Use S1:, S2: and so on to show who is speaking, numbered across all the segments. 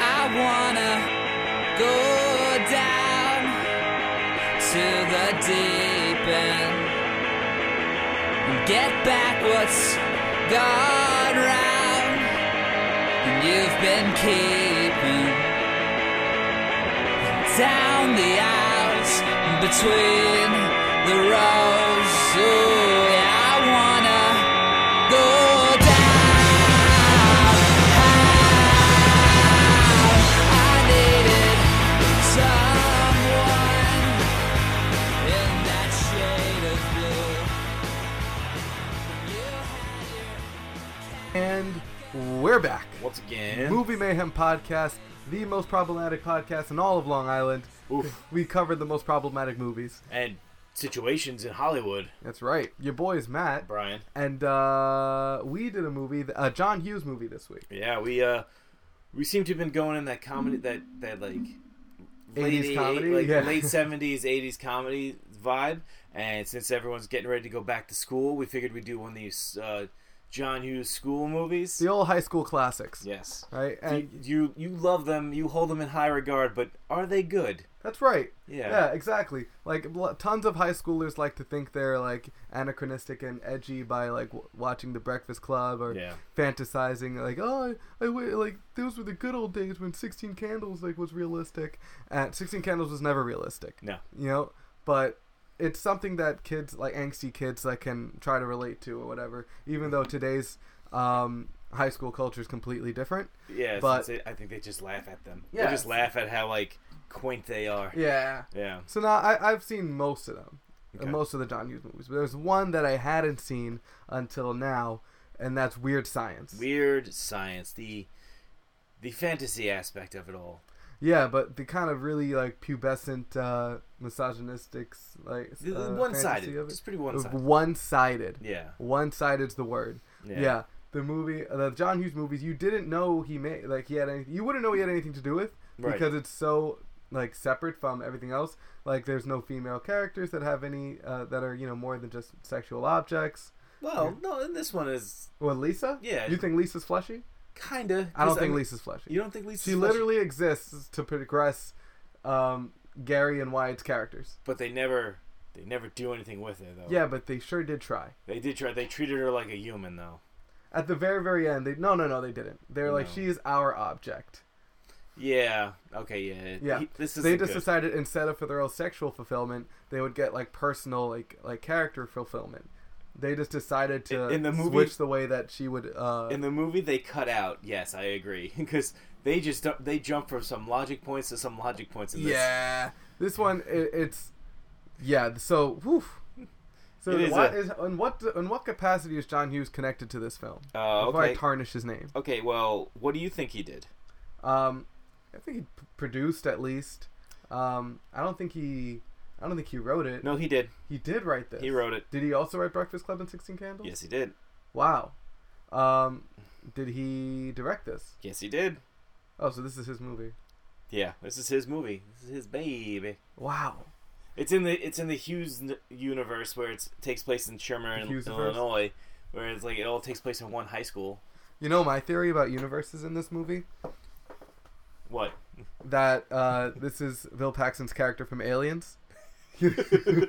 S1: wanna go down to the deep end and get back what's gone round and you've been keeping down the aisles and between the rows. Ooh, yeah, I wanna go down. I needed someone in that shade of blue. You had your
S2: And we're back.
S3: Once again,
S2: Movie Mayhem Podcast, the most problematic podcast in all of Long Island.
S3: Oof.
S2: We covered the most problematic movies.
S3: and situations in Hollywood,
S2: That's right. Your boy is Matt.
S3: Brian.
S2: And uh, we did a movie, th- a John Hughes movie this week.
S3: Yeah, we uh, we seem to have been going in that comedy, that that like late
S2: 80s comedy?
S3: like
S2: Yeah.
S3: late seventies, eighties comedy vibe. And since everyone's getting ready to go back to school, we figured we'd do one of these uh, John Hughes school movies.
S2: The old high school classics.
S3: Yes,
S2: Right?
S3: Do
S2: And
S3: you, you you love them, you hold them in high regard, but are they good?
S2: that's right.
S3: Yeah.
S2: Yeah, exactly. Like l- tons of high schoolers like to think they're like anachronistic and edgy by like w- watching The Breakfast Club or
S3: Yeah.
S2: fantasizing like, oh, I, I wi- like those were the good old days when Sixteen Candles like was realistic. And Sixteen Candles was never realistic.
S3: No.
S2: You know, but it's something that kids like angsty kids like can try to relate to or whatever. Even though today's um, high school culture is completely different.
S3: Yeah,
S2: But-
S3: but I think they just laugh at them.
S2: Yeah.
S3: They just laugh at how like quaint they are.
S2: Yeah.
S3: Yeah.
S2: So now I, I've seen most of them, uh,
S3: Okay.
S2: most of the John Hughes movies. But there's one that I hadn't seen until now, and that's Weird Science.
S3: weird science the the fantasy aspect of it all
S2: yeah, but the kind of really like pubescent, uh, misogynistic, like
S3: The- the
S2: uh, fantasy
S3: one-sided
S2: of it.
S3: just pretty one-sided
S2: One-sided.
S3: yeah
S2: One-sided's the word. Yeah.
S3: Yeah.
S2: The movie, the John Hughes movies, you didn't know he made, like he had, any, you wouldn't know he had anything to do with
S3: Right.
S2: because it's so like separate from everything else. Like there's no female characters that have any uh, that are you know more than just sexual objects.
S3: well no and this one is
S2: Well, Lisa?
S3: Yeah.
S2: You think Lisa's fleshy?
S3: kinda
S2: I don't
S3: 'cause,
S2: think
S3: mean,
S2: Lisa's fleshy.
S3: you don't think Lisa
S2: she literally exists to progress um, Gary and Wyatt's characters.
S3: but they never they never do anything with her though
S2: Yeah, but they sure did try.
S3: they did try they treated her like a human though
S2: At the very, very end, they no, no, no, they didn't. They're like,
S3: No.
S2: she is our object.
S3: yeah okay yeah
S2: Yeah.
S3: He- this is
S2: they just
S3: just
S2: decided instead of for their own sexual fulfillment, they would get like personal, like like character fulfillment. They just decided to
S3: In- in the movie-
S2: switch the way that she would. Uh,
S3: in the movie they cut out yes i agree because they just don't- they jump from some logic points to some logic points in this
S2: Yeah, this one it, it's yeah. So, whew. so
S3: It is
S2: what
S3: a-
S2: is in what in what capacity is John Hughes connected to this film?
S3: Uh,
S2: Before I
S3: okay
S2: tarnish his name,
S3: okay well what do you think he did
S2: um, I think he p- produced at least. Um, I don't think he. I don't think he wrote it.
S3: no he did
S2: he did write this.
S3: he wrote it
S2: Did he also write Breakfast Club and Sixteen Candles?
S3: yes he did
S2: Wow. Um, did he direct this?
S3: yes he did
S2: Oh, so this is his movie.
S3: Yeah, this is his movie. This is his baby.
S2: Wow.
S3: It's in the it's in the Hughes n- universe where it takes place in Sherman,
S2: The Hughes-verse.
S3: Illinois, where it's like it all takes place in one high school.
S2: You know my theory about universes in this movie.
S3: What?
S2: that uh, this is Bill Paxton's character from Aliens.
S3: I
S2: this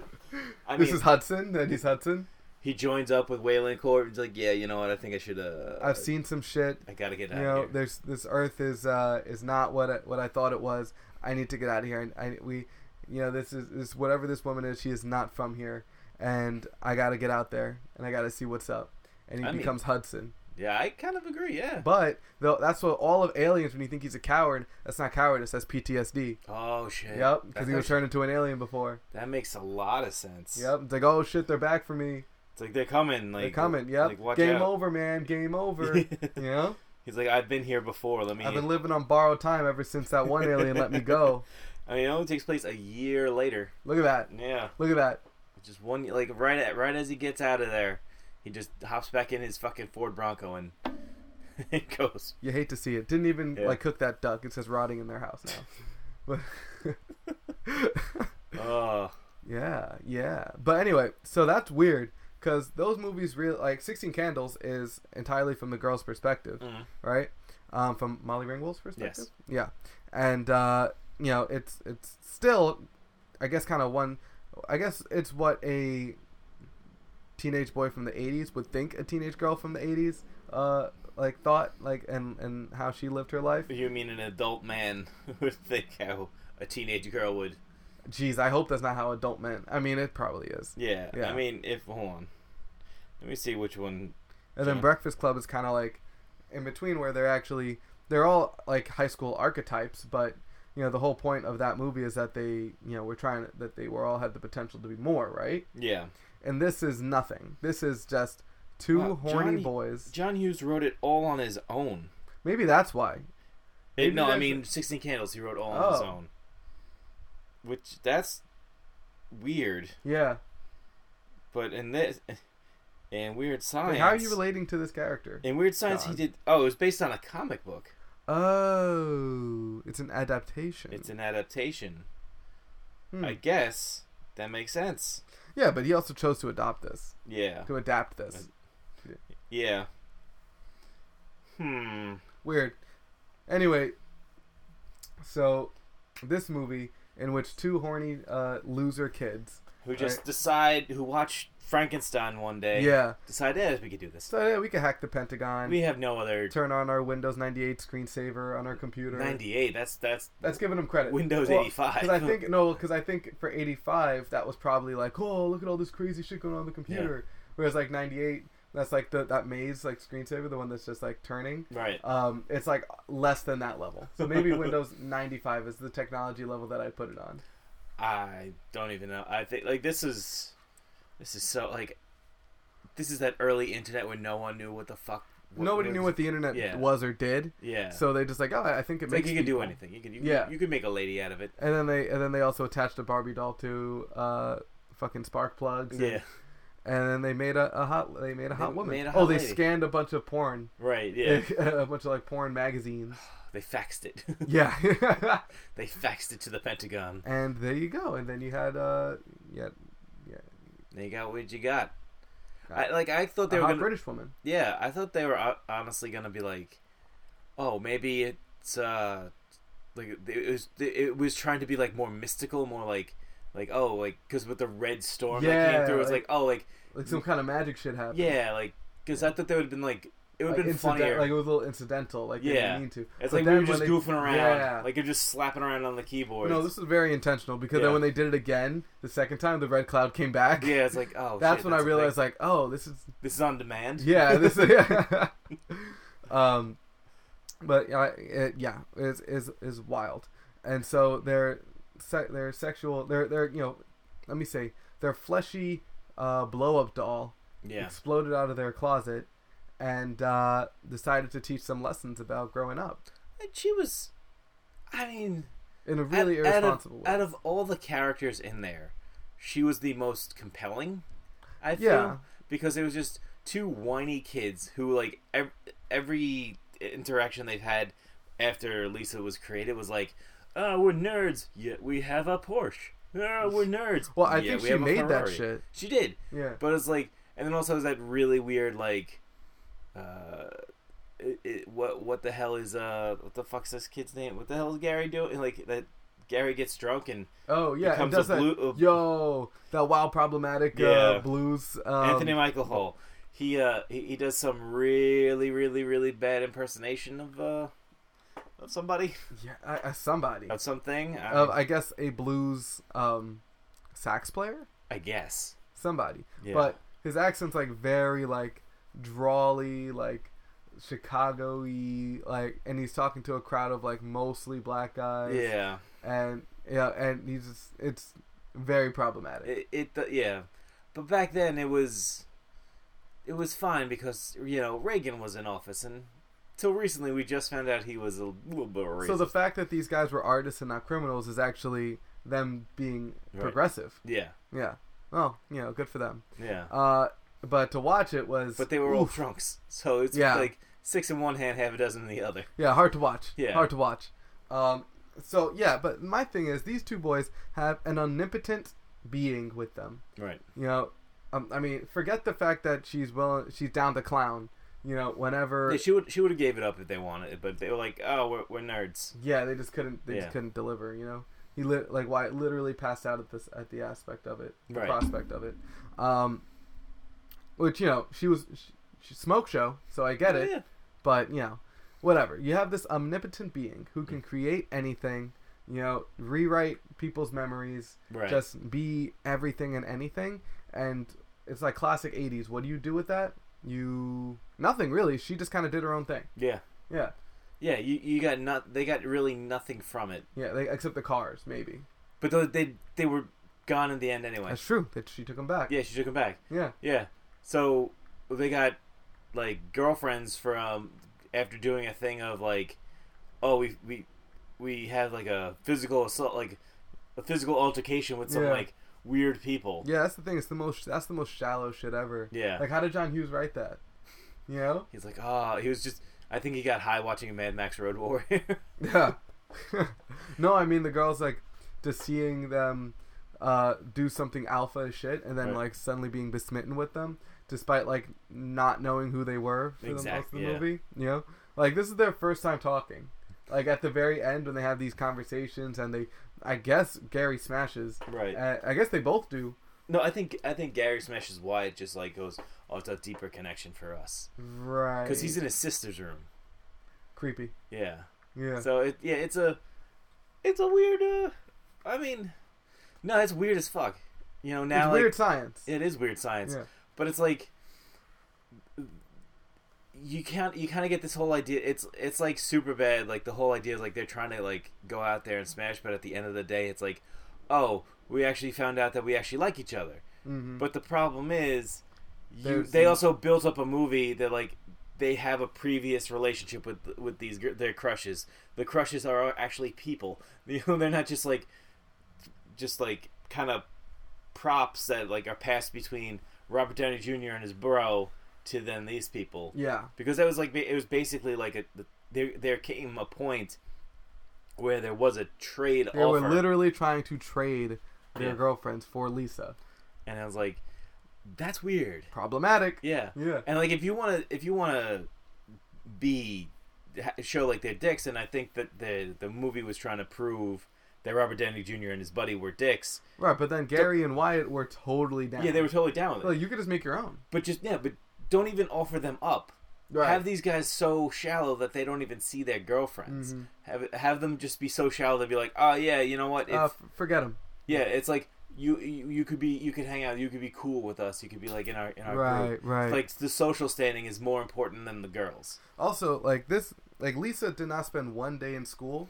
S3: mean,
S2: is Hudson, and he's Hudson.
S3: he joins up with Waylon Court. He's like, yeah, you know what? I think I should. Uh,
S2: I've seen some shit.
S3: I gotta get
S2: You
S3: out.
S2: know,
S3: of here.
S2: there's this Earth is uh, is not what I, what I thought it was. I need to get out of here. And I, we, you know, this is this whatever this woman is. She is not from here, and I got to get out there, and I got to see what's up. And he
S3: I mean-
S2: becomes Hudson.
S3: Yeah, I kind of agree. Yeah.
S2: But though that's what all of Aliens. When you think he's a coward, that's not cowardice. That's PTSD.
S3: oh shit.
S2: Yep, because
S3: That's
S2: he was
S3: actually-
S2: turned into an alien before.
S3: That makes a lot of sense.
S2: Yep, it's like oh shit, they're back for me.
S3: It's like they're coming. Like
S2: They're coming. Yep.
S3: Like, watch
S2: Game
S3: out.
S2: over, man. Game over. you know,
S3: He's like, I've been here before. Let me.
S2: I've been living on borrowed time ever since that one alien let me go.
S3: I mean, it only takes place a year later.
S2: Look at that.
S3: Yeah.
S2: Look at that.
S3: Just one, like right at right as he gets out of there, he just hops back in his fucking Ford Bronco and it goes.
S2: You hate to see it. Didn't even
S3: Yeah.
S2: like cook that duck. It's just rotting in their house now. But
S3: Oh,
S2: yeah, yeah. But anyway, so that's weird because those movies real like Sixteen Candles is entirely from the girl's perspective,
S3: Mhm.
S2: right? um, from Molly Ringwald's perspective.
S3: Yes.
S2: Yeah, and uh, you know it's it's still, I guess, kind of one. I guess it's what a teenage boy from the '80s would think a teenage girl from the '80s uh, like thought like and and how she lived her life.
S3: You mean an adult man would think how a teenage girl would?
S2: Jeez, I hope that's not how adult men. I mean, it probably is.
S3: Yeah,
S2: Yeah.
S3: I mean, if hold on, let me see which one.
S2: And then
S3: Yeah.
S2: Breakfast Club is kind of like in between where they're actually they're all like high school archetypes, but you know the whole point of that movie is that they you know were trying that they were all had the potential to be more, right?
S3: Yeah,
S2: And this is nothing. This is just two
S3: Wow,
S2: horny
S3: Johnny-
S2: boys.
S3: John Hughes wrote it all on his own.
S2: Maybe that's why.
S3: Eh,
S2: Maybe
S3: no, I
S2: that's-
S3: mean Sixteen Candles. He wrote all on his
S2: Oh.
S3: own, which that's weird.
S2: Yeah.
S3: But in this, in Weird
S2: But
S3: Science,
S2: how are you relating to this character?
S3: In Weird Science,
S2: John?
S3: he did. Oh, it was based on a comic book.
S2: Oh, it's an adaptation.
S3: It's an adaptation.
S2: Hmm.
S3: I guess that makes sense.
S2: yeah, but he also chose to adopt this,
S3: Yeah.
S2: to adapt this.
S3: Yeah. Hmm.
S2: Weird. Anyway, so this movie in which two horny uh, loser kids.
S3: Who just
S2: Right.
S3: decide who watched Frankenstein one day?
S2: Yeah.
S3: Decide, eh, we could do this.
S2: So yeah, we could hack the Pentagon.
S3: We have no other
S2: turn on our Windows 98 screensaver on our computer.
S3: ninety-eight. That's that's
S2: That's giving them credit.
S3: Windows 85.
S2: Because I think no, because I think for 85 that was probably like, oh, look at all this crazy shit going on, on the computer. Whereas like 98, that's like the that maze like screensaver, the one that's just like turning.
S3: right.
S2: Um, it's like less than that level. So maybe Windows 95 is the technology level that I put it on.
S3: I don't even know. I think like this is this is so like this is that early internet when no one knew what the fuck. What,
S2: Nobody knew what the internet
S3: Yeah.
S2: was or did,
S3: Yeah. So
S2: so they just like, oh, I think it
S3: like
S2: makes
S3: you could do
S2: people."
S3: anything. You could you
S2: Yeah.
S3: could, you could make a lady out of it.
S2: And then they and then they also attached a Barbie doll to uh, fucking spark plugs. and-
S3: Yeah.
S2: And then they made a, a hot they made a hot woman.
S3: made a
S2: oh,
S3: hot
S2: they
S3: lady.
S2: scanned a bunch of porn,
S3: Right. Yeah.
S2: a bunch of like porn magazines.
S3: they faxed it.
S2: yeah.
S3: they faxed it to the Pentagon.
S2: and there you go. And then you had uh, yeah,
S3: They got what you got. I, like I thought they
S2: a
S3: were
S2: hot
S3: gonna,
S2: British woman.
S3: Yeah, I thought they were ho- honestly gonna be like, oh, maybe it's uh, like it was it was trying to be like more mystical, more like like oh like because with the red storm that
S2: Yeah,
S3: came through, it's like,
S2: like-
S3: oh like
S2: Like some kind of magic shit happened.
S3: yeah like because I thought they would have been like it would
S2: Like,
S3: have been
S2: incident-
S3: funnier.
S2: like it was a little incidental. Like they
S3: Yeah.
S2: didn't mean to.
S3: it's
S2: But
S3: like we were
S2: then
S3: just
S2: when they-
S3: goofing around,
S2: Yeah.
S3: like you're just slapping around on the keyboard.
S2: no, this was very intentional because
S3: Yeah.
S2: then when they did it again, the second time, the red cloud came back.
S3: yeah, it's like oh,
S2: that's
S3: shit,
S2: when
S3: that's
S2: I
S3: a
S2: realized,
S3: thing.
S2: like, oh, this is
S3: this is on demand.
S2: yeah, this is um, but uh, it, yeah, is is is wild, and so their se- their sexual their their you know, let me say their fleshy uh, blow up doll
S3: yeah,
S2: exploded out of their closet. And uh, decided to teach some lessons about growing up
S3: and she was, I mean.
S2: in a really
S3: out,
S2: irresponsible
S3: out of,
S2: way.
S3: out of all the characters in there, she was the most compelling. I feel
S2: Yeah.
S3: because it was just two whiny kids who like ev- every interaction they've had after Lisa was created was like, "Oh, we're nerds. Yeah, we have a Porsche. Oh, we're nerds."
S2: Well, I
S3: Yeah,
S2: think
S3: we
S2: she
S3: have a
S2: made that
S3: Ferrari."
S2: shit.
S3: She did.
S2: Yeah.
S3: But it's like, and then also is that really weird like, uh, it, it, what what the hell is uh what the fuck's this kid's name? What the hell is Gary doing? Like that Gary gets drunk and
S2: oh yeah, and
S3: becomes
S2: does
S3: a
S2: that,
S3: blue- a-
S2: yo that wild problematic
S3: Yeah.
S2: uh, blues. Um,
S3: Anthony Michael Hall. He uh he, he does some really really really bad impersonation of uh of somebody
S2: yeah, uh, uh, somebody.
S3: of something. I,
S2: of I guess a blues um, sax player,
S3: I guess.
S2: somebody.
S3: Yeah.
S2: But his accent's like very like drawly, like Chicago-y, like, and he's talking to a crowd of like mostly black guys.
S3: Yeah.
S2: and yeah, and he's just it's very problematic.
S3: It, it yeah, but back then it was it was fine because you know Reagan was in office and. Till recently, we just found out he was a little bit racist.
S2: so the fact that these guys were artists and not criminals is actually them being
S3: Right.
S2: progressive.
S3: Yeah,
S2: Yeah. Well, you know, good for them.
S3: yeah.
S2: Uh, but to watch it was.
S3: but they were all
S2: oof.
S3: drunks, so it's
S2: Yeah.
S3: like six in one hand, half a dozen in the other.
S2: Yeah, hard to watch.
S3: Yeah.
S2: Hard to watch. Um, so, yeah, but my thing is, these two boys have an omnipotent being with them.
S3: Right.
S2: You know, um, I mean, forget the fact that she's willing, she's down to clown. you know, whenever.
S3: Yeah, she would she would have gave it up if they wanted, it, but they were like, oh, we're, we're nerds.
S2: Yeah, they just couldn't. They
S3: Yeah.
S2: just couldn't deliver. You know, he lit like why literally passed out at this at the aspect of it, the
S3: Right.
S2: prospect of it. Um, which you know she was she, she smoke show, so I get it.
S3: Oh, Yeah.
S2: But you know, whatever. You have this omnipotent being who can create anything. You know, rewrite people's memories,
S3: Right.
S2: just be everything and anything. And it's like classic '80s. What do you do with that? You nothing really. She just kind of did her own thing.
S3: Yeah.
S2: Yeah,
S3: Yeah. You, you got not they got really nothing from it,
S2: yeah. They, except the cars, maybe.
S3: but those, they they were gone in the end anyway.
S2: That's true. That she took him back.
S3: Yeah, she took them back.
S2: Yeah.
S3: Yeah. So they got like girlfriends from after doing a thing of like, oh, we we we have like a physical assault, like a physical altercation with some
S2: Yeah.
S3: like weird people.
S2: Yeah, that's the thing. It's the most. That's the most shallow shit ever.
S3: Yeah.
S2: Like, how did John Hughes write that? You know.
S3: He's like, oh, he was just. I think he got high watching Mad Max Road Warrior.
S2: Yeah. no, I mean the girls like just seeing them uh, do something alpha as shit, and then
S3: Right.
S2: like suddenly being besmitten with them, despite like not knowing who they were for the most of
S3: Exact-
S2: the
S3: yeah.
S2: movie. You know, like this is their first time talking. Like at the very end when they have these conversations, and they, I guess Gary smashes.
S3: Right.
S2: Uh, I guess they both do.
S3: no, I think I think Gary smashes why it just like goes. Oh, it's a deeper connection for us
S2: Right.
S3: because he's in his sister's room.
S2: creepy.
S3: Yeah.
S2: Yeah.
S3: So it yeah, it's a it's a weird uh I mean no, it's weird as fuck. You know, now
S2: it's
S3: like
S2: weird science.
S3: it is weird science.
S2: Yeah.
S3: But it's like you can't you kind of get this whole idea it's it's like super bad like the whole idea is like they're trying to like go out there and smash but at the end of the day it's like oh we actually found out that we actually like each other
S2: Mm-hmm.
S3: but the problem is you
S2: There's
S3: they
S2: the-
S3: also built up a movie that like they have a previous relationship with with these gir- their crushes. The crushes are actually people. You know, they're not just like just like kind of props that like are passed between Robert Downey Jr. and his bro to then these people
S2: yeah.
S3: because that was like ba- it was basically like a there there came a point where there was a trade
S2: They
S3: offer
S2: were literally trying to trade their
S3: Yeah.
S2: girlfriends for Lisa.
S3: and I was like that's weird.
S2: Problematic.
S3: Yeah.
S2: Yeah.
S3: And like, if you want to, if you want to be ha- show like their dicks, and I think that the the movie was trying to prove that Robert Downey Jr. and his buddy were dicks.
S2: Right, but then Gary and Wyatt were totally down.
S3: Yeah, they were totally down with it.
S2: Like, you could just make your own.
S3: But just yeah, but don't even offer them up.
S2: Right.
S3: Have these guys so shallow that they don't even see their girlfriends.
S2: Mm-hmm.
S3: Have have them just be so shallow they be like, oh yeah, you know what? It's,
S2: uh, f- forget them.
S3: yeah, it's like you, you you could be you could hang out, you could be cool with us, you could be like in our in our group.
S2: Right, right.
S3: Like the social standing is more important than the girls.
S2: also, like this, like Lisa did not spend one day in school.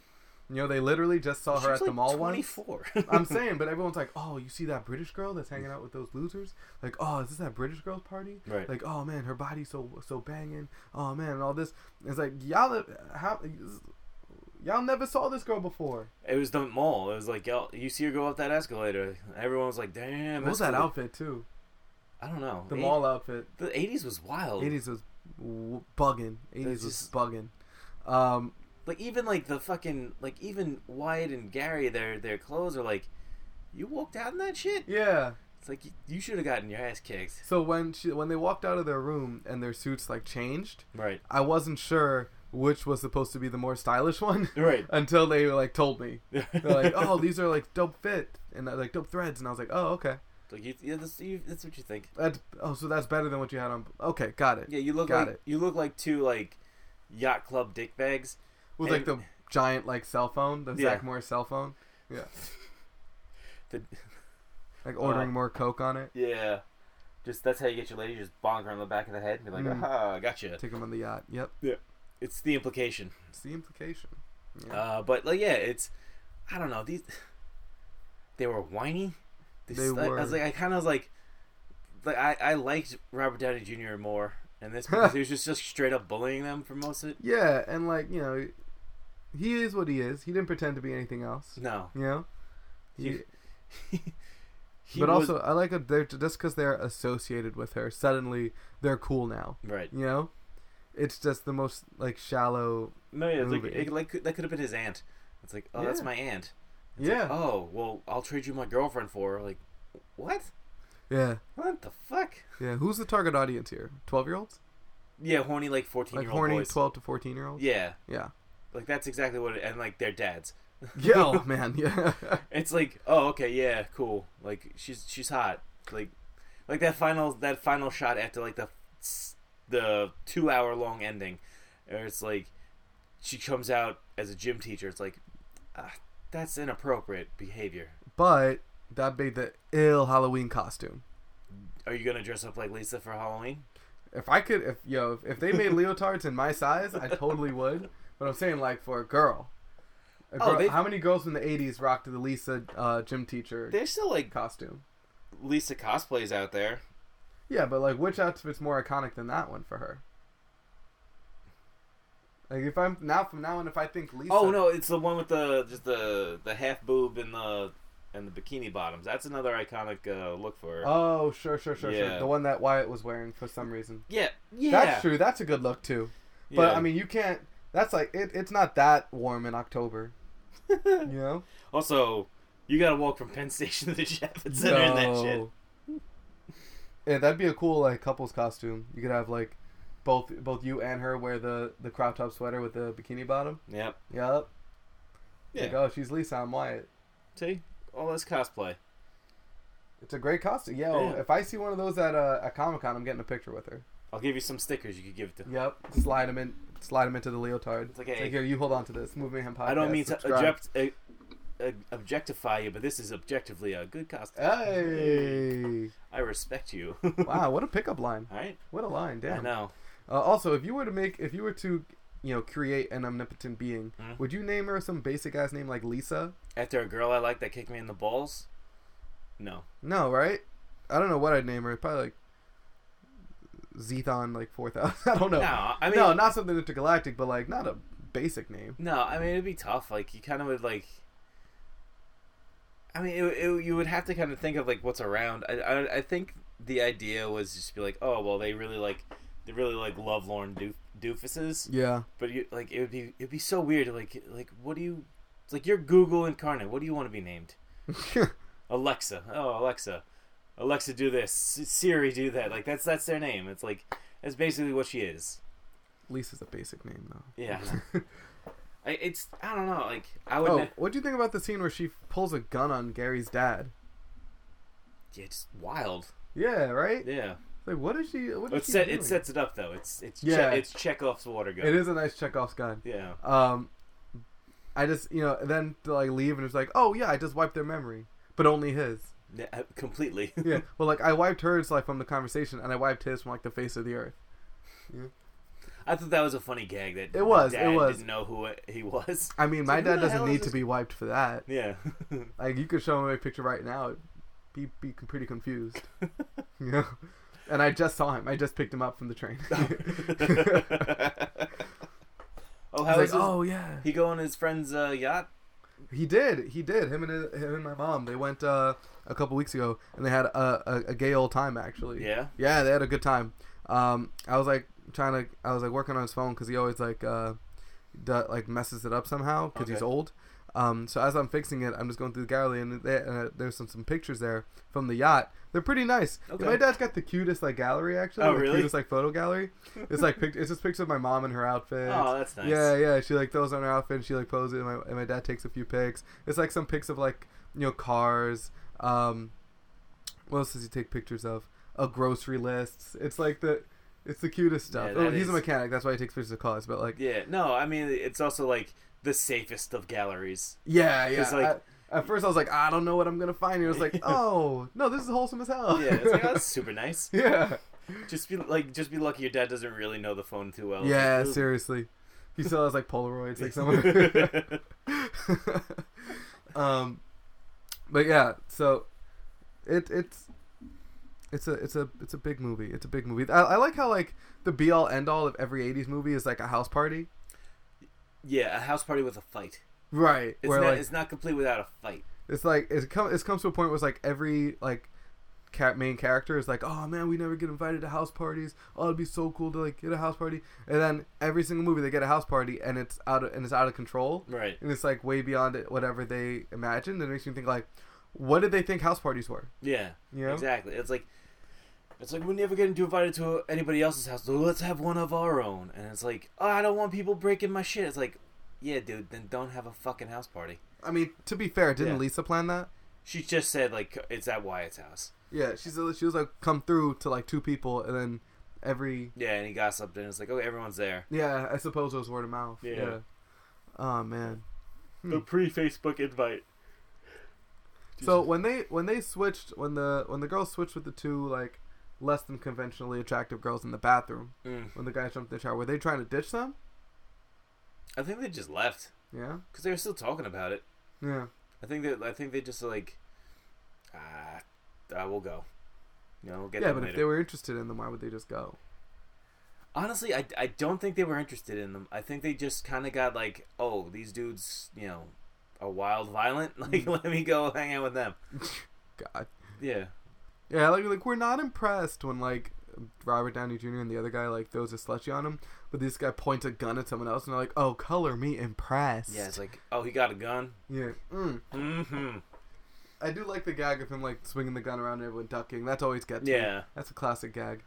S2: You know, they literally just saw
S3: She
S2: her
S3: was,
S2: at the
S3: like,
S2: mall once.
S3: 24.
S2: I'm saying, but everyone's like, "Oh, you see that British girl that's hanging out with those losers? Like, oh, is this that British girl's party?
S3: Right.
S2: Like, oh man, her body's so so banging. Oh man, and all this. It's like y'all, how y'all never saw this girl before?
S3: It was the mall. It was like, yo, you see her go up that escalator. Everyone was like, damn.
S2: What was
S3: that's
S2: that
S3: cool.
S2: outfit too?
S3: I don't know.
S2: The
S3: Eight-
S2: mall outfit.
S3: The 80s was wild.
S2: 80s was w- bugging. 80s
S3: It's
S2: was
S3: just-
S2: bugging. Um,
S3: Like, even like the fucking, like, even Wyatt and Gary, their their clothes are like, you walked out in that shit?
S2: yeah.
S3: It's like, you, you should have gotten your ass kicked.
S2: So when she when they walked out of their room and their suits like changed,
S3: Right.
S2: I wasn't sure which was supposed to be the more stylish one.
S3: Right.
S2: until they like told me. They're like, "Oh, these are like dope fit and uh, like dope threads," and I was like, "Oh, okay.
S3: Like, you, yeah, that's, you, that's what you think.
S2: That's oh, so that's better than what you had on." Okay, got it.
S3: Yeah, you look
S2: Got
S3: like,
S2: it.
S3: you look like two, like, yacht club dick bags.
S2: With like the
S3: and-
S2: giant like cell phone, the
S3: Yeah.
S2: Zach Morris cell phone. Yeah.
S3: The-
S2: like ordering
S3: Uh,
S2: more coke on it.
S3: Yeah. Just, that's how you get your lady. You just bonk her on the back of the head and be like,
S2: Mm.
S3: aha, gotcha.
S2: Take them on the yacht. Yep.
S3: It's the implication.
S2: It's the implication. Yeah.
S3: Uh, but like, yeah, it's I don't know these. They were whiny. They,
S2: They
S3: like, I was
S2: were.
S3: like, I kind of was like, like I, I liked Robert Downey Jr. more in this because he was just just straight up bullying them for most of it.
S2: Yeah, and like you know, he is what he is. He didn't pretend to be anything else.
S3: No,
S2: You know. He,
S3: He- He
S2: but
S3: was-
S2: also, I like that they're just because they're associated with her. Suddenly, they're cool now.
S3: right.
S2: You know, it's just the most like shallow.
S3: No, yeah, it's like,
S2: movie.
S3: it, like that could have been his aunt. It's like, oh, that's
S2: Yeah.
S3: my aunt.
S2: yeah,
S3: Oh, well, I'll trade you my girlfriend for her. Like, what?
S2: yeah,
S3: What the fuck?
S2: yeah. Who's the target audience here? Twelve year olds?
S3: yeah, horny like fourteen
S2: like
S3: year old
S2: horny
S3: boys.
S2: 12 to 14 year olds.
S3: Yeah,
S2: Yeah.
S3: like that's exactly what. it And like their dads.
S2: Yeah. Oh man. Yeah.
S3: It's like, oh, okay, yeah, cool. Like she's she's hot. Like, like that final that final shot after like the the two hour long ending, where it's like she comes out as a gym teacher. It's like, ah, that's inappropriate behavior.
S2: but that'd be the ill Halloween costume.
S3: Are you gonna dress up like Lisa for Halloween?
S2: If I could, if yo, if they made leotards in my size, I totally would. But I'm saying like for a girl. A
S3: Oh,
S2: girl
S3: they-
S2: how many girls in the 80s rocked the Lisa uh, gym teacher
S3: There's still like
S2: costume?
S3: Lisa cosplays out there.
S2: Yeah, but like which outfit's more iconic than that one for her? Like if I'm now from now on, if I think Lisa.
S3: Oh no, it's the one with the just the the half boob and the and the bikini bottoms. That's another iconic uh, look for her.
S2: Oh sure, sure, sure,
S3: Yeah.
S2: sure. The one that Wyatt was wearing for some reason.
S3: yeah, yeah,
S2: That's true. That's a good look too. But
S3: Yeah.
S2: I mean, you can't. That's like it, it's not that warm in October. You know.
S3: Also, you gotta walk from Penn Station to the Javits Center and that shit.
S2: No. Yeah, that'd be a cool like couples costume. You could have like both both you and her wear the the crop top sweater with the bikini bottom.
S3: Yep.
S2: Yep.
S3: Yeah.
S2: Like, oh, she's Lisa. I'm Wyatt.
S3: See? All this cosplay.
S2: It's a great costume. Yo,
S3: Yeah.
S2: if I see one of those at uh, at Comic Con, I'm getting a picture with her.
S3: I'll give you some stickers you could give to.
S2: Yep. Slide him in. Slide him into the leotard.
S3: It's like, hey.
S2: here, you hold on to this. Move me him podcast.
S3: I don't mean to
S2: subscribe.
S3: object, uh, uh, objectify you, but this is objectively a good costume.
S2: Hey!
S3: I respect you.
S2: Wow, what a pickup line!
S3: Alright?
S2: What a line!
S3: I
S2: Damn. Uh,
S3: know.
S2: also, if you were to make, if you were to, you know, create an omnipotent being,
S3: Mhm.
S2: would you name her some basic ass name like Lisa?
S3: After a girl I like that kicked me in the balls? No.
S2: No, right? I don't know what I'd name her. Probably like Zethon, like four thousand. I don't know.
S3: No, I mean.
S2: no, not something intergalactic, but like not a basic name.
S3: No, I mean it'd be tough. Like you kind of would like. I mean, it, it, you would have to kind of think of like what's around. I, I, I think the idea was just be like, oh well, they really like, they really like lovelorn doof, doofuses.
S2: Yeah.
S3: But you like it would be it'd be so weird. Like like what do you? It's like you're Google incarnate. What do you want to be named? Alexa. Oh Alexa, Alexa, do this. S- Siri, do that. Like that's that's their name. It's like that's basically what she is.
S2: Lisa's a basic name though.
S3: Yeah. I, it's I don't know. Like I would.
S2: Mm-hmm. Oh,
S3: ne-
S2: what do you think about the scene where she pulls a gun on Gary's dad?
S3: yeah, it's wild.
S2: Yeah, right.
S3: Yeah.
S2: Like, what is she? What is
S3: It
S2: she
S3: set
S2: doing?
S3: it sets it up though. It's it's che-
S2: Yeah.
S3: it's Chekhov's water gun.
S2: It is a nice Chekhov's gun.
S3: Yeah.
S2: Um, I just you know then to like leave and it's like oh yeah I just wiped their memory, but only his.
S3: Yeah, uh, completely.
S2: Yeah. well, like I wiped hers like from the conversation and I wiped his from like the face of the earth.
S3: I thought that was a funny gag that
S2: It was, it
S3: Dad
S2: was.
S3: didn't know who it- he was.
S2: I mean, my
S3: who
S2: dad
S3: the hell
S2: doesn't
S3: is
S2: need to
S3: this-
S2: be wiped for that.
S3: Yeah.
S2: Like you could show him a picture right now, it'd be be con- pretty confused. you know. And I just saw him. I just picked him up from the train. I
S3: oh, how
S2: was like,
S3: is his-
S2: oh yeah.
S3: he go on his friend's uh, yacht?
S2: He did. He did. Him and his, him and my mom. They went uh, a couple weeks ago, and they had a, a, a gay old time actually.
S3: Yeah.
S2: Yeah, they had a good time. Um, I was like trying to. I was like working on his phone because he always like uh, du- like messes it up somehow because he's
S3: Okay.
S2: old. Um, so as I'm fixing it, I'm just going through the gallery, and there- uh, there's some, some pictures there from the yacht. They're pretty nice. Yeah,
S3: Okay.
S2: My dad's got the cutest like gallery actually.
S3: Oh,
S2: the
S3: really?
S2: Cutest like photo gallery. It's like pic- it's just pictures of my mom and her outfit.
S3: Oh, that's nice.
S2: Yeah, yeah. She like throws on her outfit and she like poses and my, and my dad takes a few pics. It's like some pics of like, you know, cars. Um what else does he take pictures of? A grocery lists. It's like the it's the cutest stuff.
S3: Yeah,
S2: oh,
S3: that
S2: he's
S3: is-
S2: a mechanic, that's why he takes pictures of cars, but like
S3: Yeah. No, I mean it's also like the safest of galleries.
S2: Yeah, yeah.
S3: 'Cause, like-
S2: I- at first I was like, I don't know what I'm gonna find here. I was like, Oh, no, this is wholesome as hell.
S3: Yeah, it's like, oh, that's super nice.
S2: yeah.
S3: Just be like, just be lucky your dad doesn't really know the phone too well.
S2: Yeah,
S3: Ooh.
S2: seriously. He still has like Polaroids, like someone um, but yeah, so it it's it's a it's a it's a big movie. It's a big movie. I, I like how like the be all end all of every '80s movie is like a house party,
S3: yeah, a house party with a fight.
S2: right?
S3: It's
S2: where
S3: not,
S2: like it's,
S3: it's not complete without a fight.
S2: like it comes it comes to a point where it's like every like cat main character is like, oh man, we never get invited to house parties. Oh, it'd be so cool to like get a house party. And then every single movie they get a house party and it's out of, and it's out of control.
S3: Right.
S2: and it's like way beyond it, whatever they imagined. And it makes me think like, what did they think house parties were?
S3: Yeah.
S2: You know?
S3: Exactly. It's like It's like we're never gonna do invited to anybody else's house, so let's have one of our own. And it's like, oh, I don't want people breaking my shit. It's like, yeah, dude, then don't have a fucking house party.
S2: I mean, to be fair, didn't
S3: Yeah.
S2: Lisa plan that?
S3: She just said like it's at Wyatt's house.
S2: Yeah, she's she was like come through to like two people, and then every
S3: Yeah, and he gossiped and it's like, okay, everyone's there.
S2: yeah, I suppose it was word of mouth.
S3: Yeah.
S2: Oh man.
S3: The
S2: Hmm.
S3: pre-Facebook invite.
S2: So when they when they switched when the when the girls switched with the two like less than conventionally attractive girls in the bathroom
S3: Mm.
S2: when the guys jumped in the shower, were they trying to ditch them?
S3: I think they just left
S2: Yeah.
S3: because they were still talking about it.
S2: Yeah.
S3: I think that I think they just like, ah, I will go. You know, we'll get
S2: Yeah,
S3: them
S2: but if
S3: later.
S2: they were interested in them, why would they just go?
S3: Honestly, I, I don't think they were interested in them. I think they just kind of got like, oh, these dudes, you know, are wild, violent. Like, let me go hang out with them.
S2: God.
S3: Yeah.
S2: Mm. Yeah, like like we're not impressed when like Robert Downey Jr. and the other guy like throws a slushy on him, but this guy points a gun at someone else and they're like, "Oh, color me impressed."
S3: Yeah, it's like, oh, he got a gun.
S2: yeah. Mm.
S3: Mm-hmm.
S2: I do like the gag of him like swinging the gun around and everyone ducking. That's always gets me.
S3: Yeah.
S2: That's a classic gag.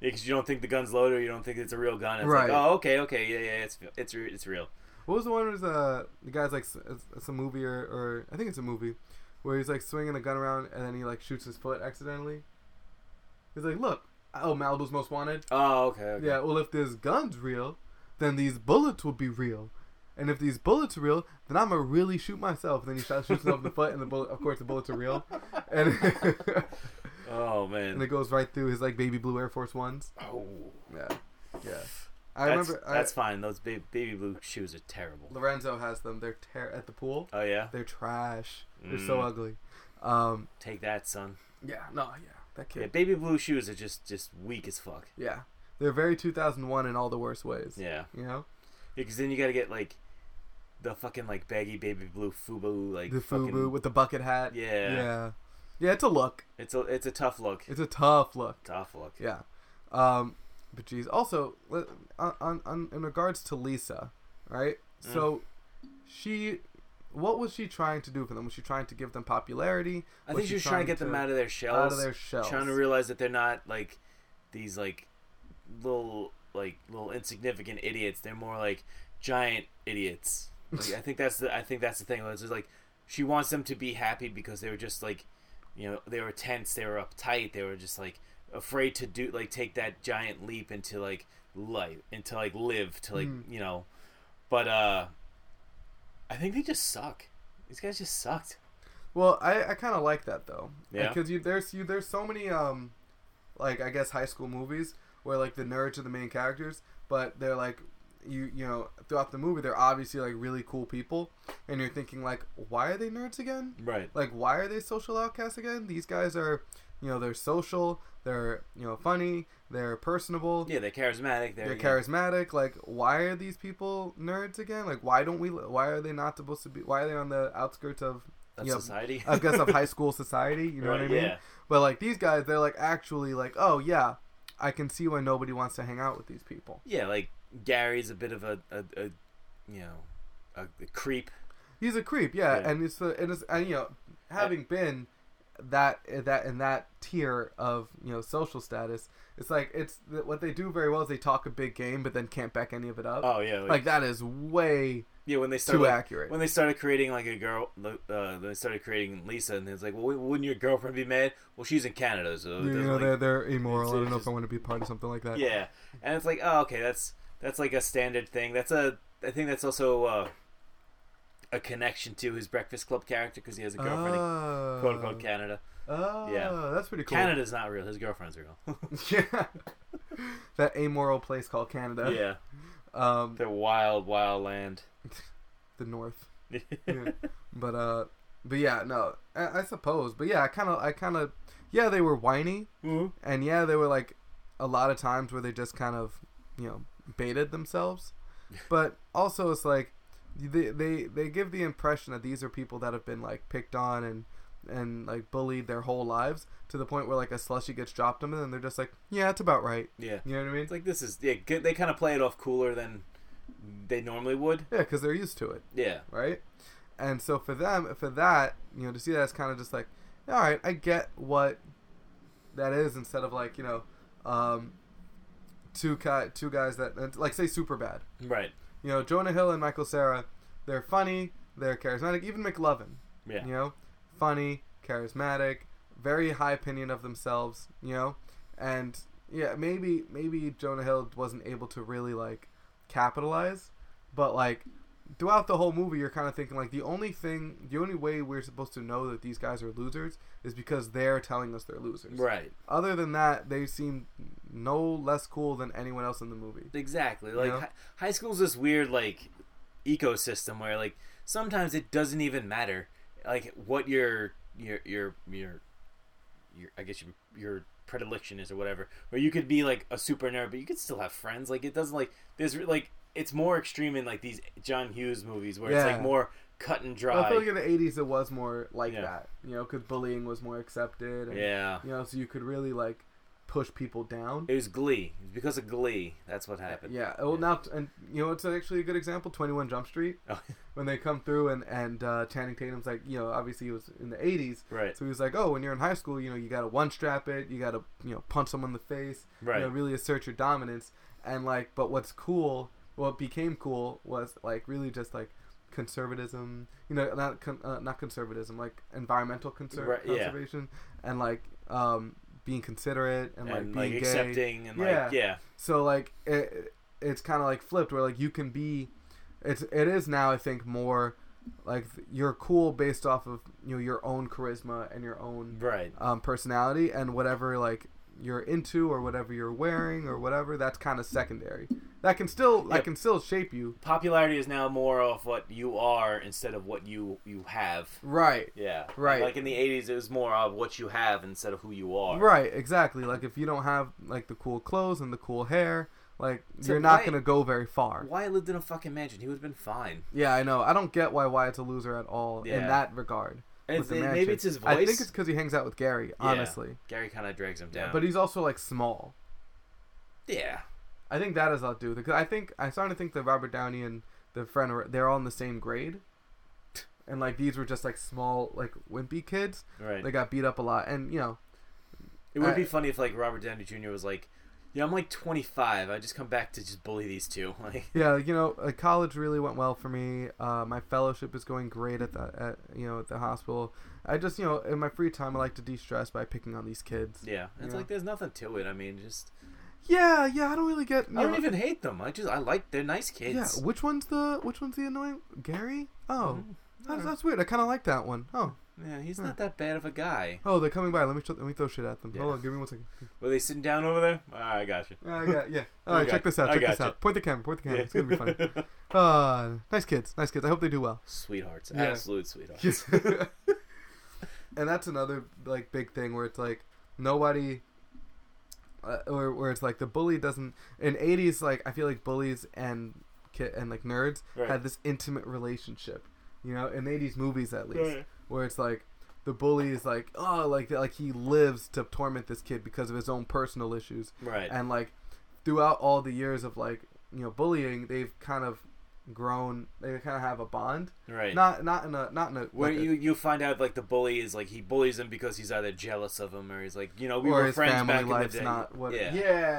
S3: Because you don't think the gun's loaded, or you don't think it's a real gun. It's
S2: Right.
S3: like, oh, okay, okay, yeah, yeah, it's it's re- it's real.
S2: What was the one where uh, the guy's like, s- it's, it's a movie or, or I think it's a movie, where he's like swinging a gun around and then he like shoots his foot accidentally. He's like, look, oh Malibu's Most Wanted.
S3: Oh, okay. okay.
S2: Yeah, well if this gun's real, then these bullets will be real, and if these bullets are real, then I'ma really shoot myself. And then he shot shoots himself in the foot, and the bullet, of course, the bullets are real, and
S3: Oh
S2: and it
S3: man.
S2: goes right through his like baby blue Air Force Ones.
S3: Oh.
S2: Yeah, yeah. I
S3: that's,
S2: remember.
S3: that's
S2: I,
S3: fine. Those baby, baby blue shoes are terrible.
S2: Lorenzo has them. They're ter- at the pool.
S3: Oh yeah.
S2: They're trash. They're so
S3: Mm.
S2: ugly. Um,
S3: Take that, son.
S2: yeah, no, yeah, that
S3: Yeah,
S2: kid.
S3: baby blue shoes are just just weak as fuck.
S2: Yeah, they're very 2001 in all the worst ways.
S3: Yeah.
S2: You know,
S3: Because then you gotta get like the fucking like baggy baby blue FUBU like
S2: the
S3: fucking,
S2: FUBU with the bucket hat.
S3: Yeah.
S2: yeah, yeah. It's a look.
S3: It's a it's a tough look.
S2: It's a tough look.
S3: tough look.
S2: Yeah. Um, but geez, also let- on, on, on in regards to Lisa, right?
S3: Mm.
S2: So, she, what was she trying to do for them? Was she trying to give them popularity?
S3: I
S2: Was
S3: think she was trying to get them out of their shells,
S2: out of their shells.
S3: trying to realize that they're not like these like little like little insignificant idiots. They're more like giant idiots. Like, I think that's the I think that's the thing. It's just like she wants them to be happy because they were just like you know they were tense, they were uptight, they were just like afraid to do like take that giant leap into like life into like live to like
S2: Hmm.
S3: you know, but uh, I think they just suck. These guys just sucked.
S2: Well, I, I kind of like that though.
S3: Yeah.
S2: Because you there's you there's so many um, like I guess high school movies where like the nerds are the main characters, but they're like you you know throughout the movie they're obviously like really cool people, and you're thinking like why are they nerds again?
S3: Right.
S2: Like why are they social outcasts again? These guys are, you know, they're social, they're you know funny, they're personable.
S3: Yeah, they're charismatic. They're,
S2: They're
S3: you know,
S2: charismatic. Like, why are these people nerds again? Like, why don't we? Why are they not supposed to be? Why are they on the outskirts of
S3: of
S2: you know,
S3: society.
S2: I guess of high school society. You know what I
S3: Right,
S2: mean?
S3: yeah.
S2: But like these guys, they're like actually like, oh yeah, I can see why nobody wants to hang out with these people.
S3: Yeah, like Gary's a bit of a, a, a you know, a, a creep.
S2: He's a creep, yeah,
S3: Yeah.
S2: and it's the and it's and you know having been that that in that tier of you know social status, it's like it's what they do very well is they talk a big game but then can't back any of it up.
S3: Oh yeah,
S2: like, that is way
S3: Yeah, when they started
S2: too
S3: like-
S2: accurate.
S3: When they started creating like a girl, uh, they started creating Lisa, and it's like, well, wouldn't your girlfriend be mad? Well, she's in Canada, so it
S2: you
S3: doesn't,
S2: know
S3: like-
S2: they're they're immoral.
S3: it's-
S2: I don't
S3: it's
S2: know if
S3: just-
S2: I want to be part of something like that.
S3: yeah. And it's like, oh, okay, that's that's like a standard thing. That's a I think that's also uh, a connection to his Breakfast Club character because he has a girlfriend in
S2: Oh,
S3: quote unquote Canada.
S2: oh,
S3: Yeah.
S2: that's pretty cool.
S3: Canada's not real. His girlfriend's real.
S2: yeah. that amoral place called Canada.
S3: yeah,
S2: Um,
S3: they're wild, wild land.
S2: the North. Yeah. but uh, but yeah, no, I, I suppose. But yeah, I kind of, I kind of, yeah, they were whiny,
S3: Mhm.
S2: and yeah, they were like a lot of times where they just kind of, you know, baited themselves. But also, it's like they they they give the impression that these are people that have been like picked on and and like bullied their whole lives to the point where like a slushy gets dropped them and then they're just like yeah that's about right
S3: Yeah.
S2: you know what i mean
S3: It's like this is yeah, g- they kind of play it off cooler than they normally would.
S2: yeah because they're used to it
S3: Yeah.
S2: right? And so for them, for that, you know, to see that as kind of just like, all right, I get what that is instead of like you know, um, two guy two guys that and, like say super bad.
S3: Right.
S2: You know, Jonah Hill and Michael Sarah, they're funny, they're charismatic. Even McLovin,
S3: Yeah.
S2: you know, funny, charismatic, very high opinion of themselves. You know, and yeah, maybe maybe Jonah Hill wasn't able to really like capitalize, but like throughout the whole movie, you're kind of thinking like the only thing, the only way we're supposed to know that these guys are losers is because they're telling us they're losers.
S3: Right.
S2: Other than that, they seem no less cool than anyone else in the movie.
S3: Exactly. Like
S2: know?
S3: hi- high school's this weird like ecosystem where like sometimes it doesn't even matter like what your your your your, your I guess your your predilection is or whatever. Where you could be like a super nerd, but you could still have friends. Like it doesn't like there's re- like it's more extreme in like these John Hughes movies where it's
S2: Yeah.
S3: like more cut and dry.
S2: I feel like in the '80s it was more like
S3: Yeah.
S2: that, you know, because bullying was more accepted. And,
S3: yeah.
S2: You know, so you could really like push people down.
S3: It was Glee. It was because of Glee. That's what happened.
S2: Yeah. Well, now, and you know, it's actually a good example. Twenty One Jump Street,
S3: Oh,
S2: when they come through and and uh, Channing Tatum's like, you know, obviously he was in the '80s,
S3: Right.
S2: So he was like, oh, when you're in high school, you know, you gotta one strap it, you gotta you know punch someone in the face,
S3: Right.
S2: You know, really assert your dominance, and like, but what's cool, what became cool was like really just like conservatism, you know, not con- uh, not conservatism, like environmental conser-
S3: Right, yeah.
S2: conservation, and like um being considerate and,
S3: and
S2: like
S3: like,
S2: being gay.
S3: accepting and
S2: Yeah.
S3: like yeah.
S2: So like it, it's kind of like flipped where like you can be, it's it is now I think more like you're cool based off of you know your own charisma and your own
S3: Right.
S2: um, personality and whatever like you're into or whatever you're wearing or whatever that's kind of secondary. That can still that
S3: Yep.
S2: can still shape you.
S3: popularity is now more of what you are instead of what you you have.
S2: Right.
S3: Yeah.
S2: Right.
S3: Like in the 80s it was more of what you have instead of who you are.
S2: Right, exactly. Like if you don't have like the cool clothes and the cool hair, like
S3: So
S2: you're not
S3: why-
S2: going to go very far.
S3: Wyatt lived in a fucking mansion. He would have been fine.
S2: Yeah, I know. I don't get why Wyatt's a loser at all in
S3: Yeah.
S2: that regard.
S3: And
S2: with
S3: it's-
S2: the
S3: and maybe it's his
S2: mansion. I think
S3: voice.
S2: it's because he hangs out with Gary, honestly.
S3: Gary kind of drags him down.
S2: But he's also like small.
S3: yeah.
S2: I think that is all due. Because I think I started to think that Robert Downey and the friend were, they're all in the same grade, and like these were just like small like wimpy kids.
S3: Right.
S2: They got beat up a lot, and you know,
S3: it would
S2: I-
S3: be funny if like Robert Downey Jr. was like, "Yeah, I'm like 25. I just come back to just bully these two. Like,
S2: yeah, you know, uh, college really went well for me. Uh, my fellowship is going great at the at you know at the hospital. I just you know in my free time I like to de stress by picking on these kids.
S3: yeah. It's
S2: Yeah.
S3: like there's nothing to it. I mean, just
S2: Yeah, yeah, I don't really get.
S3: I
S2: you
S3: don't
S2: know,
S3: even hate them. I just I like they're nice kids. Mm-hmm.
S2: Yeah, which one's the which one's the annoying Gary? Oh, that's, that's weird. I kind of like that one. Oh,
S3: Yeah, he's not that bad of a guy.
S2: oh, they're coming by. Let me sh- let me throw shit at them.
S3: Yeah.
S2: Hold on, give me one second.
S3: Were they sitting down over there? Ah, I got you.
S2: Uh, yeah, yeah. All right,
S3: got
S2: check this out.
S3: you. I
S2: Check this
S3: gotcha.
S2: out. Point the camera. Point the camera. It's gonna be funny. Uh, nice kids. Nice kids. I hope they do well.
S3: sweethearts,
S2: Yeah.
S3: absolute sweethearts.
S2: and that's another like big thing where it's like nobody. Uh, or where it's like the bully doesn't in 80s like i feel like bullies and ki- and like nerds
S3: Right.
S2: had this intimate relationship you know in 80s movies at least where it's like the bully is like oh like like he lives to torment this kid because of his own personal issues
S3: Right.
S2: and like throughout all the years of like you know bullying they've kind of grown they kind of have a bond
S3: right.
S2: not not in a not in a
S3: where
S2: like a-
S3: you you find out like the bully is like he bullies him because he's either jealous of him or he's like you know we
S2: or
S3: were
S2: his
S3: friends
S2: family
S3: back in the
S2: life's
S3: day.
S2: not what
S3: yeah.
S2: yeah.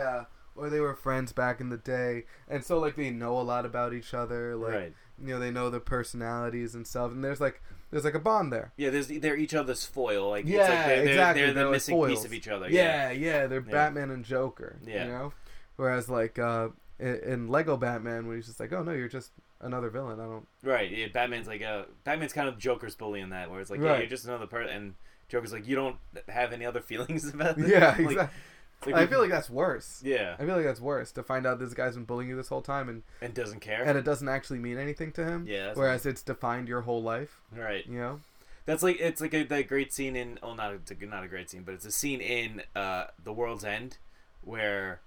S2: or they were friends back in the day and so like they know a lot about each other like
S3: right.
S2: you know they know their personalities and stuff and there's like there's like a bond there
S3: Yeah. There's they're each other's foil. Like
S2: Yeah,
S3: it's like they're, they're,
S2: exactly.
S3: They're the
S2: They're like
S3: missing piece
S2: foils.
S3: of each other. Yeah.
S2: Yeah, yeah, they're
S3: Yeah.
S2: Batman and Joker.
S3: Yeah.
S2: You know? Whereas like uh i- in Lego Batman when he's just like, Oh no, you're just another villain. I don't
S3: Right. Yeah. Batman's like a Batman's kind of Joker's bully in that where it's like yeah
S2: Right.
S3: you're just another person and Joker's like you don't have any other feelings about this.
S2: Yeah,
S3: Like,
S2: exactly.
S3: it's like
S2: I
S3: we-
S2: feel like that's worse.
S3: yeah
S2: I feel like that's worse to find out this guy's been bullying you this whole time and,
S3: and doesn't care.
S2: and it doesn't actually mean anything to him.
S3: Yeah, that's-
S2: Whereas it's defined your whole life,
S3: right.
S2: you know?
S3: That's like it's like a, that great scene in oh not a, not a great scene but it's a scene in uh the world's end where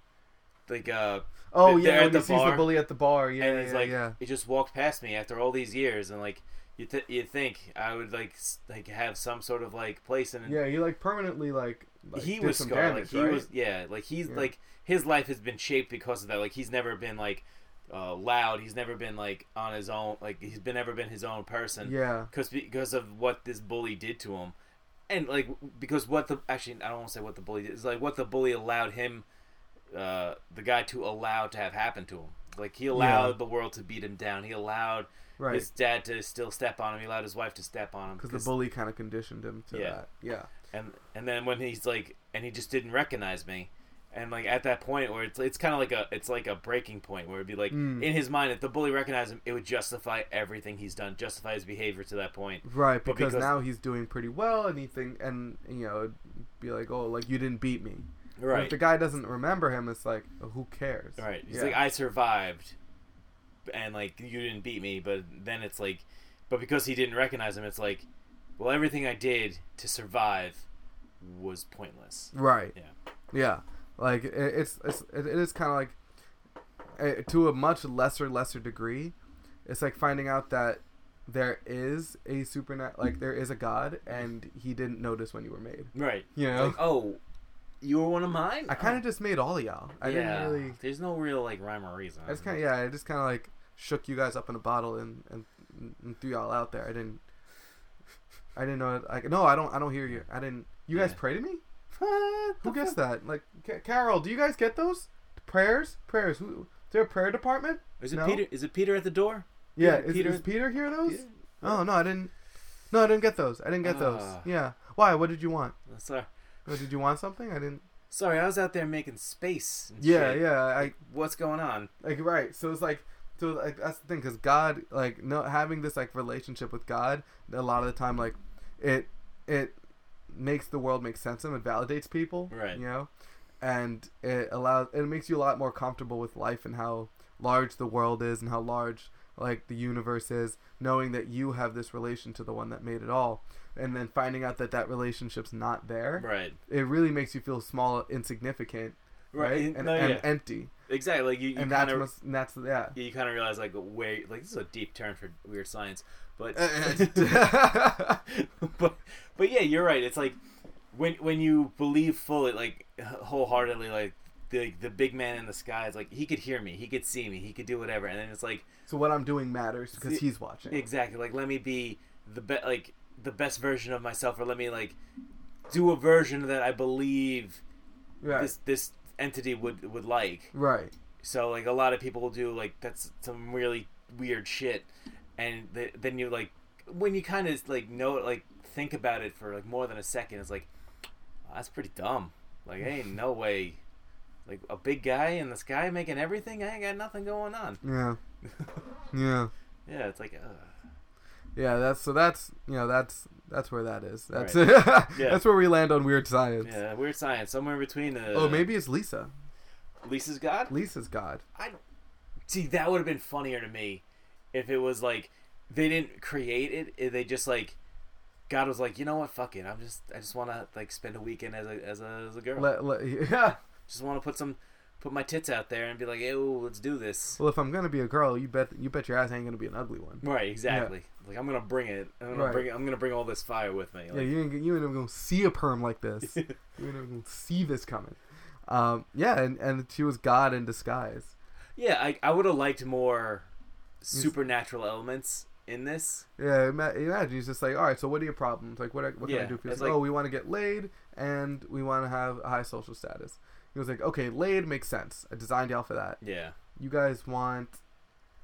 S3: like uh
S2: Oh
S3: They're
S2: yeah,
S3: at
S2: when
S3: the
S2: he sees the
S3: bar,
S2: bully at the bar, yeah.
S3: and it's
S2: yeah,
S3: like
S2: yeah.
S3: it just walked past me after all these years and like you th- you think I would like s- like have some sort of like place in it.
S2: Yeah, he like permanently like, like
S3: he
S2: did
S3: was
S2: some
S3: scarred
S2: damage,
S3: like he
S2: right?
S3: was yeah like he's
S2: Yeah.
S3: like his life has been shaped because of that like he's never been like uh, loud he's never been like on his own like he's been never been his own person
S2: Yeah.
S3: because because of what this bully did to him and like because what the actually I don't want to say what the bully did is like what the bully allowed him, uh, the guy to allow to have happen to him. Like he allowed
S2: Yeah.
S3: the world to beat him down. He allowed
S2: Right.
S3: his dad to still step on him. He allowed his wife to step on him
S2: Because the bully kind of conditioned him to
S3: Yeah.
S2: that. Yeah.
S3: and and then when he's like and he just didn't recognize me and like at that point where it's it's kind of like a it's like a breaking point where it'd be like
S2: Mm.
S3: in his mind if the bully recognized him it would justify everything he's done justify his behavior to that point
S2: Right,
S3: But
S2: because,
S3: because-
S2: now he's doing pretty well, and he think and you know, it'd be like, oh, like you didn't beat me. But if
S3: right
S2: the guy doesn't remember him, it's like, who cares?
S3: right he's
S2: Yeah.
S3: like I survived and like you didn't beat me but then it's like but because he didn't recognize him it's like well everything I did to survive was pointless
S2: Right.
S3: Yeah.
S2: Yeah. Like it, it's it's it, it is kind of like eh, to a much lesser lesser degree, it's like finding out that there is a supernat like there is a god and he didn't notice when you were made.
S3: right
S2: You know.
S3: like oh you were one of mine Oh,
S2: I kind of just made all of y'all. I
S3: Yeah.
S2: didn't really.
S3: There's no real like rhyme or reason.
S2: I just kind of yeah. I just kind of like shook you guys up in a bottle and, and and threw y'all out there. I didn't. I didn't know. That, like no, I don't. I don't hear you. I didn't. You guys
S3: Yeah.
S2: pray to me. Who gets that? Like Ca- Carol, do you guys get those prayers? Prayers. Who? Is there a prayer department?
S3: Is it
S2: No?
S3: Peter? Is it Peter at the door?
S2: Yeah.
S3: Peter-
S2: is,
S3: Peter-
S2: Peter, is Peter hear those? Oh no, I didn't. No, I didn't get those. I didn't get those.
S3: Ah.
S2: Yeah. Why? What did you want?
S3: Uh, Sorry,
S2: Oh, did you want something? I didn't.
S3: sorry. I was out there making space. And
S2: Yeah,
S3: shit.
S2: yeah. I
S3: What's going on?
S2: like right so it's like so like that's the thing because god like no having this like relationship with god a lot of the time like it it makes the world make sense of and validates people
S3: Right.
S2: you know and it allows it makes you a lot more comfortable with life and how large the world is and how large like the universe is knowing that you have this relation to the one that made it all and then finding out that that relationship's not there
S3: Right.
S2: it really makes you feel small insignificant right, and,
S3: no,
S2: and
S3: oh, yeah.
S2: empty
S3: exactly. Like you, you
S2: and
S3: kind
S2: that's
S3: of
S2: what's- and that's yeah
S3: you kind of realize like where like this is a deep term for weird science, but
S2: Uh, yeah,
S3: but but yeah, you're right. It's like when when you believe fully, like wholeheartedly, like the the big man in the sky is like he could hear me, he could see me, he could do whatever, and then it's like
S2: so what I'm doing matters because
S3: See,
S2: he's watching.
S3: Exactly. Like let me be the be- like the best version of myself, or let me like do a version that I believe
S2: Right.
S3: this this entity would would like.
S2: right.
S3: So like a lot of people will do like that's some really weird shit, and th- then you like when you kind of like know it, like think about it for like more than a second, it's like "Oh, that's pretty dumb. Like ain't no way. Like a big guy in the sky making everything, I ain't got nothing going on.
S2: Yeah. Yeah.
S3: yeah, it's like, ugh.
S2: Yeah. That's so. That's you know. That's that's where that is. That's
S3: Yeah.
S2: that's where we land on weird science.
S3: yeah, weird science somewhere in between. Uh,
S2: Oh, maybe it's Lisa.
S3: Lisa's God?
S2: Lisa's God.
S3: I don't see that would have been funnier to me if it was like they didn't create it. if They just like God was like, you know what? Fuck it. I'm just I just want to like spend a weekend as a as a, as a girl.
S2: Let, let, yeah.
S3: just want to put some put my tits out there and be like, oh, let's do this.
S2: Well, if I'm gonna be a girl, you bet you bet your ass I ain't gonna be an ugly one.
S3: Right, exactly. Like I'm gonna bring it. I'm gonna
S2: Right.
S3: bring. I'm gonna bring all this fire with me. Like,
S2: Yeah. You ain't you ain't even gonna see a perm like this. you ain't even gonna see this coming. Um. Yeah. And and she was God in disguise.
S3: yeah, I I would have liked more supernatural elements in this.
S2: Yeah, ima- imagine he's just like, all right, so what are your problems? Like, what, what can
S3: Yeah,
S2: I do for you?
S3: it's
S2: He's
S3: like-
S2: like, oh, we want to get laid and we want to have a high social status. He was like, okay, laid makes sense. I designed y'all for that.
S3: Yeah.
S2: You guys want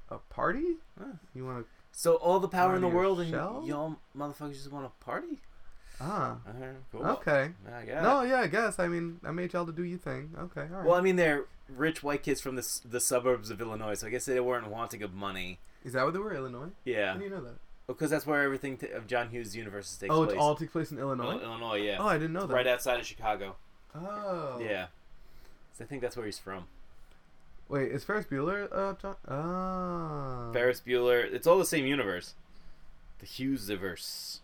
S2: a party?
S3: Huh.
S2: You want to,
S3: So all the power in the
S2: Out of your
S3: world, and
S2: shell?
S3: y'all motherfuckers just want to party.
S2: ah,
S3: Alright, cool.
S2: okay.
S3: I got
S2: No, yeah, I guess. I mean, I made y'all to do your thing. Okay, all right.
S3: Well, I mean, they're rich white kids from the s- the suburbs of Illinois, so I guess they weren't wanting of money.
S2: Is that where they were, Illinois? How
S3: Yeah,
S2: do you know that?
S3: because that's where everything t- of John Hughes' universe takes
S2: Oh, it
S3: place.
S2: all takes place in Illinois?
S3: Ill- Illinois, yeah,
S2: Oh, I didn't know
S3: It's
S2: that.
S3: right outside of Chicago.
S2: Oh.
S3: Yeah, so I think that's where he's from.
S2: Wait, is Ferris Bueller, uh, John? Oh.
S3: Ferris Bueller. It's all the same universe, the Hughesiverse.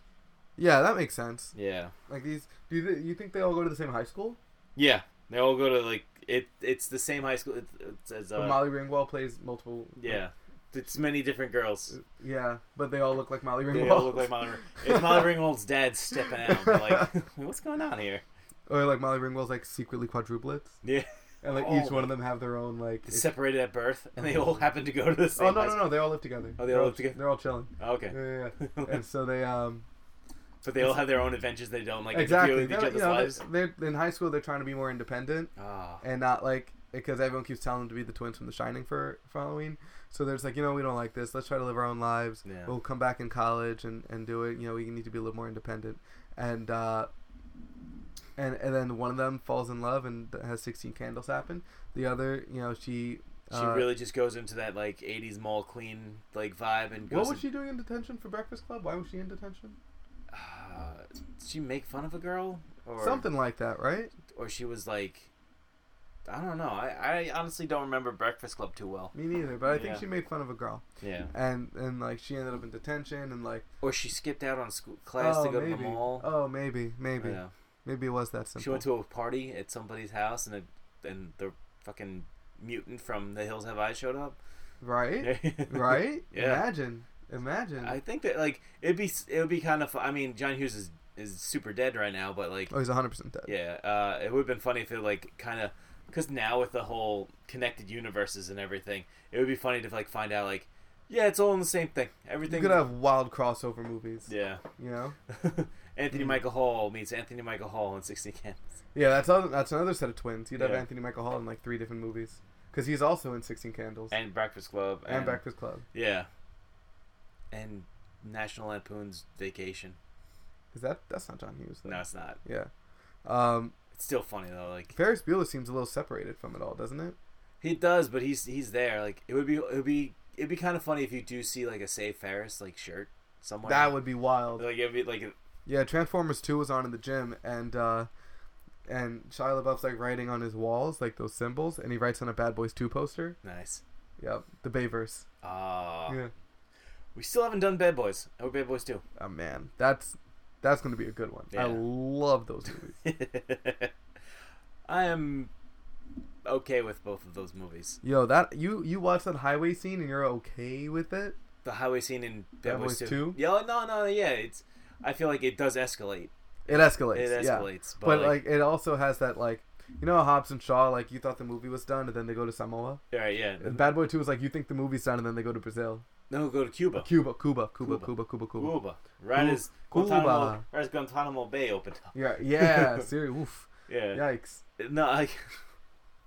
S2: Yeah, that makes sense.
S3: Yeah,
S2: Like these, do you, you think they all go to the same high school?
S3: yeah, they all go to like it. It's the same high school. It's, it's as
S2: But
S3: uh,
S2: Molly Ringwald plays multiple.
S3: yeah, it's many different girls.
S2: Yeah, but they all look like Molly Ringwald.
S3: They all look like Molly. Ring- It's Molly Ringwald's dad stepping out. and be Like, what's going on here?
S2: or like Molly Ringwald's like secretly quadruplets,
S3: Yeah,
S2: and like each
S3: Oh.
S2: one of them have their own like. it's-
S3: separated at birth, and they all happen to go to the same.
S2: oh no
S3: high
S2: no no! They all live together.
S3: Oh, they
S2: They're
S3: all live together?
S2: They're all chilling.
S3: school. Okay.
S2: Yeah, yeah, yeah. and so they um.
S3: But they all have their own adventures they don't like
S2: exactly.
S3: interfere with
S2: They're-
S3: each other's
S2: you know,
S3: lives.
S2: they're, they're- in high school, they're trying to be more independent
S3: Ah,
S2: and not like because everyone keeps telling them to be the twins from The Shining for, for Halloween. So they're just like, you know, we don't like this. Let's try to live our own lives.
S3: Yeah.
S2: We'll come back in college and, and do it. You know, we need to be a little more independent. And uh, and and then one of them falls in love and has sixteen candles happen. The other, you know, she
S3: she
S2: uh,
S3: really just goes into that like '80s mall queen like vibe and goes.
S2: What was she doing in detention for Breakfast Club? Why was she in detention?
S3: Uh, did she make fun of a girl or
S2: Something like that, right?
S3: Or she was like, I don't know. I, I honestly don't remember Breakfast Club too well.
S2: Me neither. But I think
S3: Yeah.
S2: she made fun of a girl,
S3: Yeah.
S2: and and like she ended up in detention, and like
S3: Or she skipped out on school class to
S2: oh
S3: go
S2: maybe,
S3: to the mall.
S2: oh maybe, maybe,
S3: Yeah.
S2: maybe it was that simple.
S3: She went to a party at somebody's house, and it, and the fucking mutant from The Hills Have Eyes showed up.
S2: right, right.
S3: Yeah.
S2: Imagine, imagine.
S3: I think that like it'd be it would be kind of. fu- I mean, John Hughes is is super dead right now, but like
S2: oh, he's hundred percent dead.
S3: yeah, uh, it would have been funny if it like kind of because now with the whole connected universes and everything, it would be funny to like find out like yeah, it's all in the same thing.
S2: You
S3: Everything.
S2: could have wild crossover movies.
S3: yeah.
S2: You know.
S3: Anthony
S2: Mm.
S3: Michael Hall meets Anthony Michael Hall in 16 Candles.
S2: Yeah, that's other, that's another set of twins. You'd have
S3: Yeah.
S2: Anthony Michael Hall in like three different movies because he's also in Sixteen Candles and,
S3: And Breakfast Club.
S2: Breakfast Club.
S3: Yeah. And National Lampoon's Vacation.
S2: Is that that's not John Hughes? Though.
S3: No, it's not.
S2: Yeah. Um,
S3: It's still funny though. Like
S2: Ferris Bueller seems a little separated from it all, doesn't it?
S3: he does, but he's he's there. Like it would be it would be it'd be kind of funny if you do see like a Save Ferris like shirt somewhere.
S2: That would be wild.
S3: like it'd be like
S2: Yeah, Transformers Two was on in the gym, and uh, and Shia LaBeouf's like writing on his walls like those symbols, and he writes on a Bad Boys Two poster.
S3: nice.
S2: Yep, the Bayverse.
S3: Ah,
S2: yeah.
S3: we still haven't done Bad Boys. Oh, Bad Boys too.
S2: Oh man, that's that's gonna be a good one. I
S3: Yeah.
S2: love those movies.
S3: I am okay with both of those movies.
S2: Yo, that you you watch that highway scene and you're okay with it?
S3: The highway scene in Bad,
S2: Bad
S3: Boys,
S2: Boys
S3: 2.
S2: 2?
S3: Yeah, like, no, no, yeah. It's. I feel like it does escalate.
S2: It escalates.
S3: It
S2: yeah.
S3: escalates, but,
S2: But,
S3: like,
S2: like, it also has that like. You know how Hobbs and Shaw, like, you thought the movie was done, and then they go to Samoa?
S3: all right, yeah.
S2: And Bad Boy 2 is like, you think the movie's done, and then they go to Brazil.
S3: Then we'll go to Cuba.
S2: Cuba, Cuba, Cuba, Cuba,
S3: Cuba.
S2: Cuba, Cuba.
S3: Cuba. Right
S2: Cu-
S3: as Guantanamo,
S2: Cuba.
S3: right as Guantanamo Bay opened up.
S2: Yeah, yeah, seriously. Oof.
S3: Yeah.
S2: Yikes.
S3: No, like,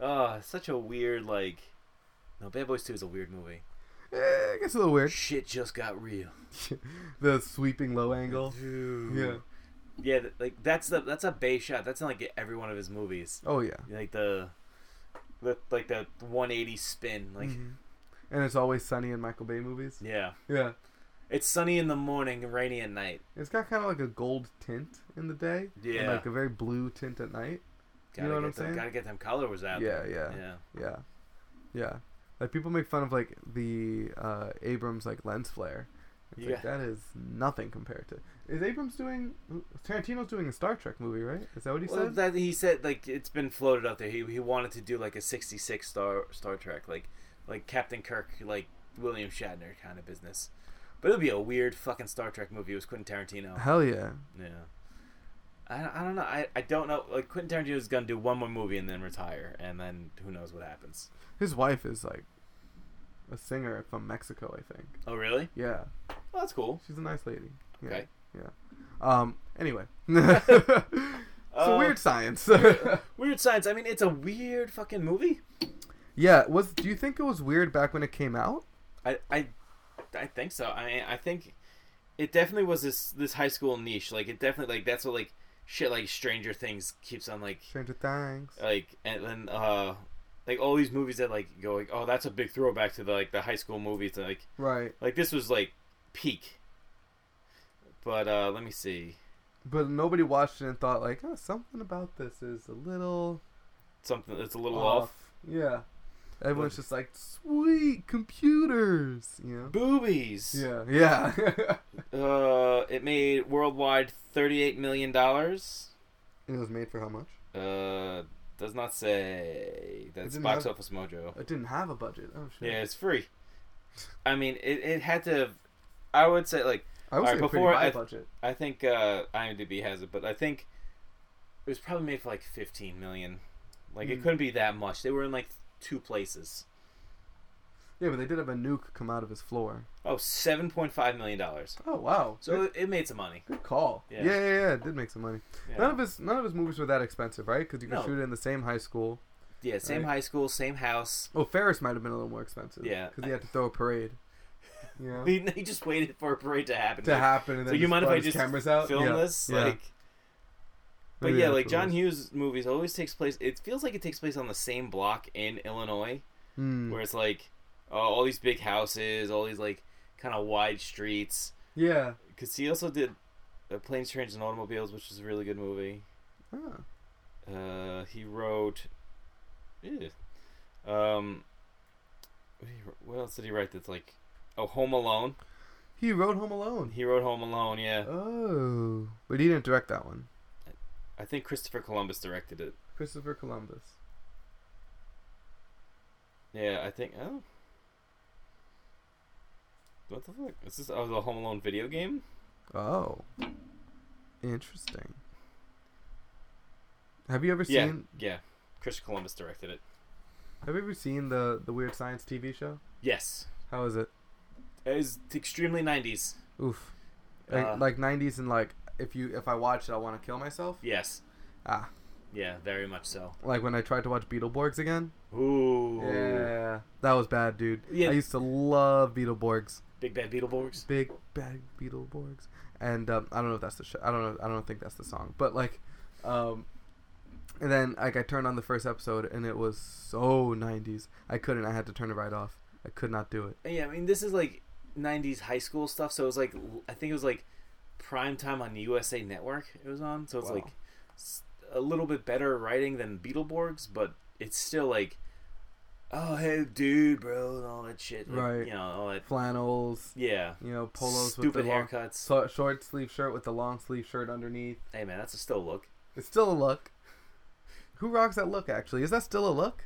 S3: oh, such a weird like. No, Bad Boys Two is a weird movie.
S2: Eh, it gets a little weird.
S3: Shit just got real.
S2: the sweeping low angle. Yeah.
S3: Dude. Yeah, th- like that's the that's a Bay shot. That's in like every one of his movies.
S2: Oh yeah.
S3: Like the, the like the 180 spin. Like
S2: Mhm. And it's always sunny in Michael Bay movies.
S3: yeah,
S2: Yeah.
S3: it's sunny in the morning, and rainy at night.
S2: It's got kind of like a gold tint in the day. And
S3: Yeah.
S2: like a very blue tint at night.
S3: Gotta
S2: know what
S3: get
S2: I'm
S3: them-
S2: saying?
S3: Gotta get them colors out.
S2: Yeah,
S3: there.
S2: yeah.
S3: yeah.
S2: Yeah. Yeah. Like people make fun of like the uh, Abrams like lens flare. It's like
S3: Yeah.
S2: that is nothing compared to. Is Abrams doing? Tarantino's doing a Star Trek movie, right? Is that what he
S3: Well,
S2: said?
S3: that he said like it's been floated out there. He he wanted to do like a '66 Star Star Trek, like like Captain Kirk, like William Shatner kind of business. But it'll be a weird fucking Star Trek movie. It was Quentin Tarantino.
S2: Hell yeah.
S3: Yeah. I, I don't know. I, I don't know. Like Quentin Tarantino's gonna do one more movie and then retire, and then who knows what happens.
S2: His wife is like a singer from Mexico, I think.
S3: Oh really?
S2: Yeah,
S3: Well, that's cool.
S2: she's a nice lady. Yeah.
S3: Okay.
S2: Yeah. Um. Anyway, it's a
S3: Uh,
S2: weird science.
S3: Weird Science. I mean, it's a weird fucking movie.
S2: yeah. Was do you think it was weird back when it came out?
S3: I I I think so. I mean, I think it definitely was this this high school niche. Like it definitely like that's what like shit like Stranger Things keeps on like
S2: Stranger Things.
S3: like and then uh like all these movies that like go like oh that's a big throwback to the like the high school movies and, like
S2: Right.
S3: like this was like peak. But uh let me see
S2: But nobody watched it and thought like, oh, something about this is a little
S3: something that's a little
S2: off.
S3: off.
S2: Yeah. Everyone's just like, sweet computers. You know.
S3: Boobies.
S2: Yeah. Yeah.
S3: Uh, it made worldwide thirty eight million dollars.
S2: it was made for how much?
S3: Uh, does not say. That's
S2: didn't
S3: box
S2: have-
S3: office mojo.
S2: It didn't have a budget. Oh shit.
S3: Yeah, it's free. I mean, it, it had to. I would say like
S2: I was
S3: All right,
S2: thinking
S3: before
S2: pretty high
S3: I-
S2: budget.
S3: I think uh, IMDb has it, but I think it was probably made for like fifteen million. Like it
S2: Mm.
S3: couldn't be that much. They were in like two places.
S2: Yeah, but they did have a nuke come out of his floor.
S3: Oh, seven point five million dollars.
S2: Oh wow.
S3: So
S2: good,
S3: it, it made some money.
S2: good call.
S3: Yeah.
S2: Yeah. yeah, yeah, It did make some money.
S3: Yeah.
S2: None of his none of his movies were that expensive, right? Because you could
S3: No.
S2: shoot it in the same high school.
S3: Yeah, same
S2: Right.
S3: high school, same house.
S2: Oh, Ferris might have been a little more expensive.
S3: Yeah.
S2: Because he had to throw a parade. You know,
S3: He, he just waited for a parade to happen.
S2: to happen and
S3: So
S2: then
S3: you
S2: just
S3: mind if
S2: brought
S3: I
S2: his
S3: just
S2: cameras out?
S3: film
S2: yeah.
S3: this?
S2: Yeah.
S3: Like, but
S2: Maybe
S3: yeah,
S2: that's
S3: like
S2: what it
S3: John
S2: was.
S3: Hughes movies always takes place. It feels like it takes place on the same block in Illinois,
S2: Hmm.
S3: where it's like oh, all these big houses, all these like kind of wide streets.
S2: Yeah.
S3: Because he also did uh, Planes, Trains, and Automobiles, which is a really good movie.
S2: Oh.
S3: Uh, he wrote. Ew. Um, what he wr- what else did he write? That's like, oh, Home Alone.
S2: He wrote Home Alone.
S3: He wrote Home Alone. Yeah,
S2: Oh, but he didn't direct that one.
S3: I think Christopher Columbus directed it.
S2: Christopher Columbus.
S3: Yeah, I think. Oh, what the fuck? Is this oh the Home Alone video game?
S2: Oh, interesting. Have you ever seen?
S3: Yeah, yeah. Christopher Columbus directed it.
S2: Have you ever seen the the Weird Science TV show?
S3: Yes,
S2: How is it?
S3: it was extremely nineties.
S2: Oof.
S3: Uh,
S2: Like- like nineties and like if you if I watch it, I want to kill myself.
S3: Yes.
S2: Ah,
S3: Yeah, very much so.
S2: like when I tried to watch Beetleborgs again.
S3: Ooh.
S2: Yeah, that was bad, dude.
S3: Yeah.
S2: I used to love Beetleborgs.
S3: Big Bad Beetleborgs.
S2: Big bad Beetleborgs. And um, I don't know if that's the show. I don't know. I don't think that's the song. But like, um, and then like I turned on the first episode and it was so '90s. I couldn't. I had to turn it right off. I could not do it.
S3: Yeah, I mean this is like '90s high school stuff. So it was like I think it was like prime time on USA Network. It was on, so it's
S2: Wow.
S3: like s- a little bit better writing than Beetleborgs, but it's still like, oh hey dude, bro, and all that shit, like,
S2: Right.
S3: You know, all that,
S2: Flannels,
S3: yeah,
S2: you know, polos with
S3: stupid
S2: the long,
S3: haircuts.
S2: so, short sleeve shirt with the long sleeve shirt underneath.
S3: hey man, that's a still look.
S2: It's still a look. Who rocks that look? Actually, is that still a look?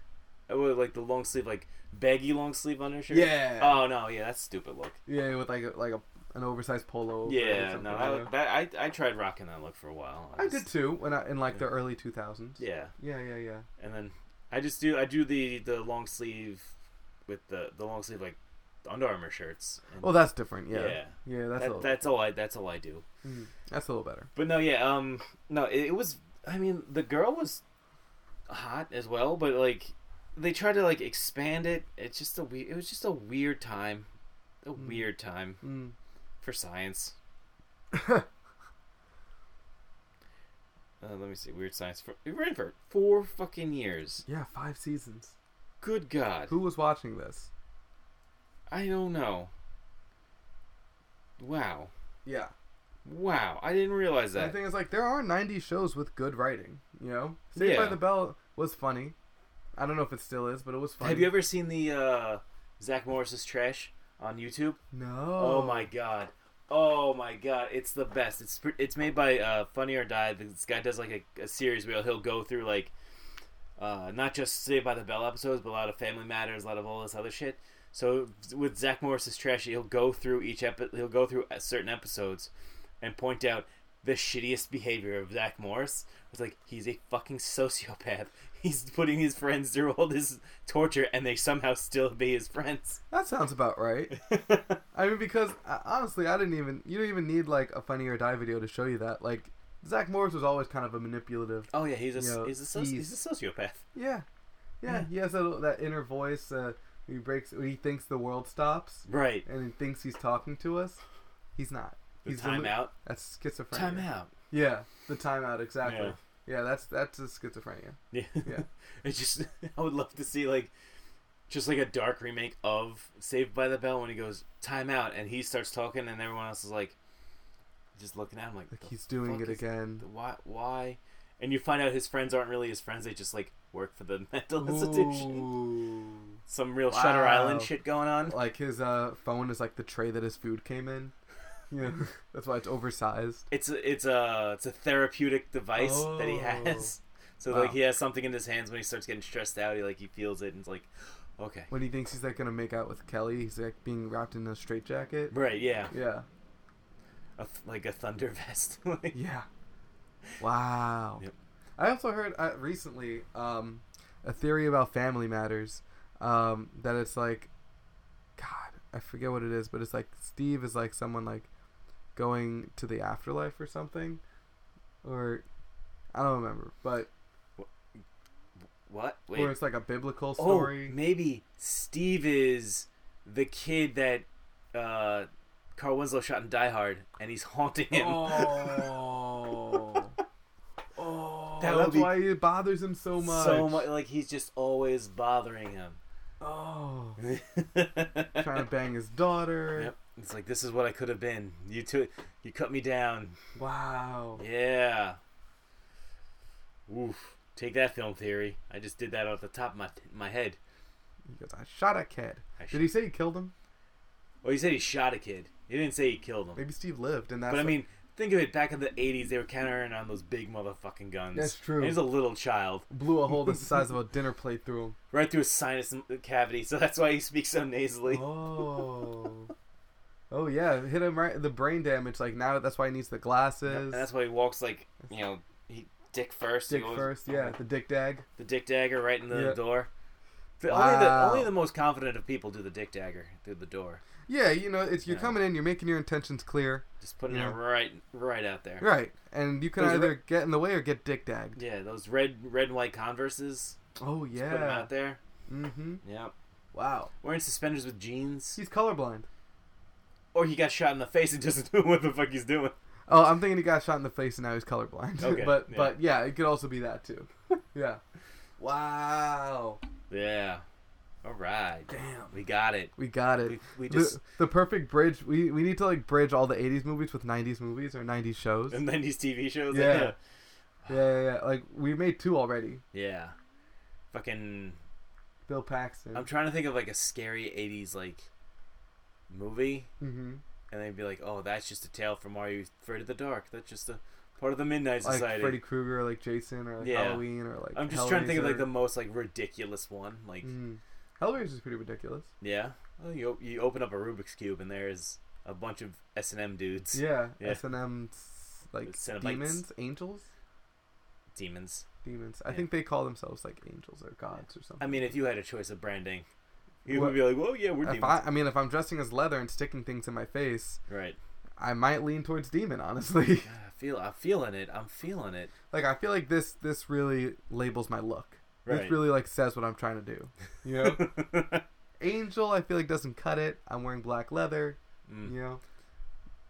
S3: Oh, well, like the long sleeve, like baggy long sleeve undershirt.
S2: Yeah.
S3: Oh no, yeah, that's stupid look.
S2: Yeah, with like a, like a, an oversized polo. over it or
S3: Yeah,
S2: something,
S3: no,
S2: you know?
S3: that, that I I tried rocking that look for a while.
S2: I
S3: just-
S2: did too when I in like the early 2000s.
S3: Yeah.
S2: yeah, yeah, yeah.
S3: and then I just do I do the the long sleeve with the the long sleeve like Under Armour shirts. And
S2: Well, that's different. Yeah. Yeah,
S3: Yeah.
S2: that's a
S3: that-
S2: little,
S3: that's all I that's all I do.
S2: mm, that's a little better.
S3: But no, yeah, um, no, it, it was. I mean, the girl was hot as well, but like they tried to like expand it. It's just a we. It was just a weird time, a
S2: Hmm.
S3: weird time
S2: Mm.
S3: for science. Uh, let me see. Weird science for we ran for four fucking years.
S2: Yeah, five seasons.
S3: Good God.
S2: Who was watching this?
S3: I don't know. Wow.
S2: Yeah,
S3: Wow. I didn't realize
S2: and
S3: that.
S2: the thing is, like, there are 90 shows with good writing. You know, Saved by
S3: Yeah.
S2: the Bell was funny. I don't know if it still is, but it was funny.
S3: Have you ever seen the uh, Zach Morris's trash on YouTube?
S2: No.
S3: Oh. my god. Oh my god. It's the best. It's pre- it's made by uh, Funny or Die. This guy does like a, a series where he'll go through like uh, not just Saved by the Bell episodes, but a lot of Family Matters, a lot of all this other shit. So with Zach Morris's trash, he'll go through each epi- he'll go through uh, certain episodes and point out the shittiest behavior of Zach Morris. It's like he's a fucking sociopath. He's putting his friends through all this torture, and they somehow still be his friends.
S2: That sounds about right. I mean, because uh, honestly, I didn't even you don't even need like a funny or die video to show you that. Like, Zach Morris was always kind of a manipulative.
S3: Oh yeah, he's a
S2: You know,
S3: he's a soci-
S2: he's-
S3: he's, a sociopath.
S2: Yeah, yeah. He has that, that inner voice. Uh, he breaks. He thinks the world stops,
S3: Right.
S2: and he thinks he's talking to us. He's not.
S3: The
S2: He's delu-
S3: timeout.
S2: That's schizophrenia.
S3: Timeout.
S2: Yeah, the timeout. Exactly.
S3: Yeah.
S2: Yeah, that's that's a schizophrenia.
S3: Yeah.
S2: Yeah.
S3: it's just I would love to see like just like a dark remake of Saved by the Bell when he goes timeout and he starts talking and everyone else is like just looking at him like,
S2: Like
S3: "The
S2: he's doing
S3: fuck
S2: it
S3: is-
S2: again.
S3: the why why and you find out his friends aren't really his friends they just like work for the mental institution
S2: Ooh.
S3: some real Shutter Island
S2: Wow.
S3: shit going on
S2: Like his uh, phone is like the tray that his food came in. Yeah, that's why it's oversized.
S3: it's a, it's a it's a therapeutic device that he
S2: Oh.
S3: has so
S2: Wow.
S3: like he has something in his hands when he starts getting stressed out he like he feels it and it's like okay
S2: When he thinks he's like gonna make out with Kelly, he's like being wrapped in a straitjacket.
S3: right yeah
S2: Yeah,
S3: a th- like a thunder vest. like,
S2: yeah. Wow.
S3: Yep.
S2: I also heard uh, recently um, a theory about Family Matters um, that it's like I forget what it is, but it's like Steve is like someone like going to the afterlife or something, or I don't remember, but
S3: What?
S2: or it's like a biblical
S3: oh,
S2: story.
S3: maybe Steve is the kid that uh, Carl Winslow shot in Die Hard, and he's haunting him.
S1: Oh. oh.
S3: That would
S2: that's
S3: be
S2: why it bothers him so much.
S3: so much. Like he's just always bothering him.
S2: Oh,
S3: Trying
S2: trying to bang his daughter.
S3: Yep. It's like this is what I could have been. You took, you cut me down.
S2: Wow.
S3: Yeah. Oof. Take that film theory. I just did that off the top of my my head.
S2: He goes, I shot a kid.
S3: I
S2: Did he say he killed him?
S3: Well, Oh, he said he shot a kid. He didn't say he killed him.
S2: Maybe Steve lived, and that's
S3: But I
S2: like-
S3: mean, think of it. Back in the '80s, they were countering on those big motherfucking guns.
S2: That's true.
S3: And he's a little child,
S2: blew a hole the size of a dinner plate through him.
S3: right through his sinus uh, cavity. So that's why he speaks so nasally.
S2: Oh. Oh yeah, hit him right the brain damage. Like now, that's why he needs the glasses.
S3: and that's why he walks like you know, he dick first. He
S2: dick
S3: goes-
S2: first, yeah, the dick dag.
S3: The dick dagger right in the
S2: Yeah.
S3: door. The- Only, the,
S2: Wow.
S3: only the most confident of people do the dick dagger through the door.
S2: Yeah, you know, it's you're
S3: Yeah.
S2: coming in, you're making your intentions clear,
S3: Just putting
S2: Yeah.
S3: it right, right out there.
S2: right? And you can
S3: Those are-
S2: either get in the way or get dick dagged.
S3: Yeah, those red, red and white Converses.
S2: Oh
S3: Put 'em Put them
S2: yeah.
S3: out there.
S2: Mm-hmm.
S3: Yep.
S2: Wow.
S3: Wearing suspenders with jeans.
S2: He's colorblind.
S3: Or he got shot in the face and doesn't know what the fuck he's doing.
S2: Oh, I'm thinking he got shot in the face and now he's colorblind.
S3: Okay,
S2: but
S3: yeah.
S2: but yeah, it could also be that too. Yeah. wow.
S3: Yeah. All right.
S2: Damn.
S3: We got it.
S2: We got it.
S3: We, we
S2: The-
S3: just
S2: the, perfect bridge. We, we need to like bridge all the '80s movies with '90s movies or '90s shows.
S3: the nineties TV shows.
S2: Yeah. Yeah, yeah, yeah. Like we made two already.
S3: Yeah. Fucking.
S2: Bill Paxton.
S3: I'm trying to think of like a scary '80s like movie,
S2: mm-hmm.
S3: and they'd be like, "Oh, that's just a tale from Are You Afraid of the Dark? That's just a part of the Midnight
S2: Like
S3: Society."
S2: Freddy Krueger, like Jason, or like
S3: Yeah.
S2: Halloween, or like.
S3: I'm just trying to think of like
S2: Hellraiser.
S3: the most like ridiculous one. Like,
S2: Mm. Hellraiser is pretty ridiculous.
S3: yeah, well, you op- you open up a Rubik's cube and there's a bunch of S and M dudes,
S2: Yeah.
S3: Yeah.
S2: S and M, like
S3: With Cenobites.
S2: demons, angels,
S3: demons.
S2: demons. I
S3: Yeah.
S2: think they call themselves like angels or gods or something.
S3: I mean, if you had a choice of branding, you
S2: What-
S3: would be like, "Well, yeah, we're
S2: If
S3: demons."
S2: I, I mean, if I'm dressing as leather and sticking things in my face,
S3: Right.
S2: I might lean towards demon, honestly.
S3: God, I feel. I'm feeling it. I'm feeling it.
S2: like I feel like this this really labels my look.
S3: Right.
S2: This really like says what I'm trying to do. You know, angel I feel like doesn't cut it. I'm wearing black leather.
S3: Mm.
S2: You know,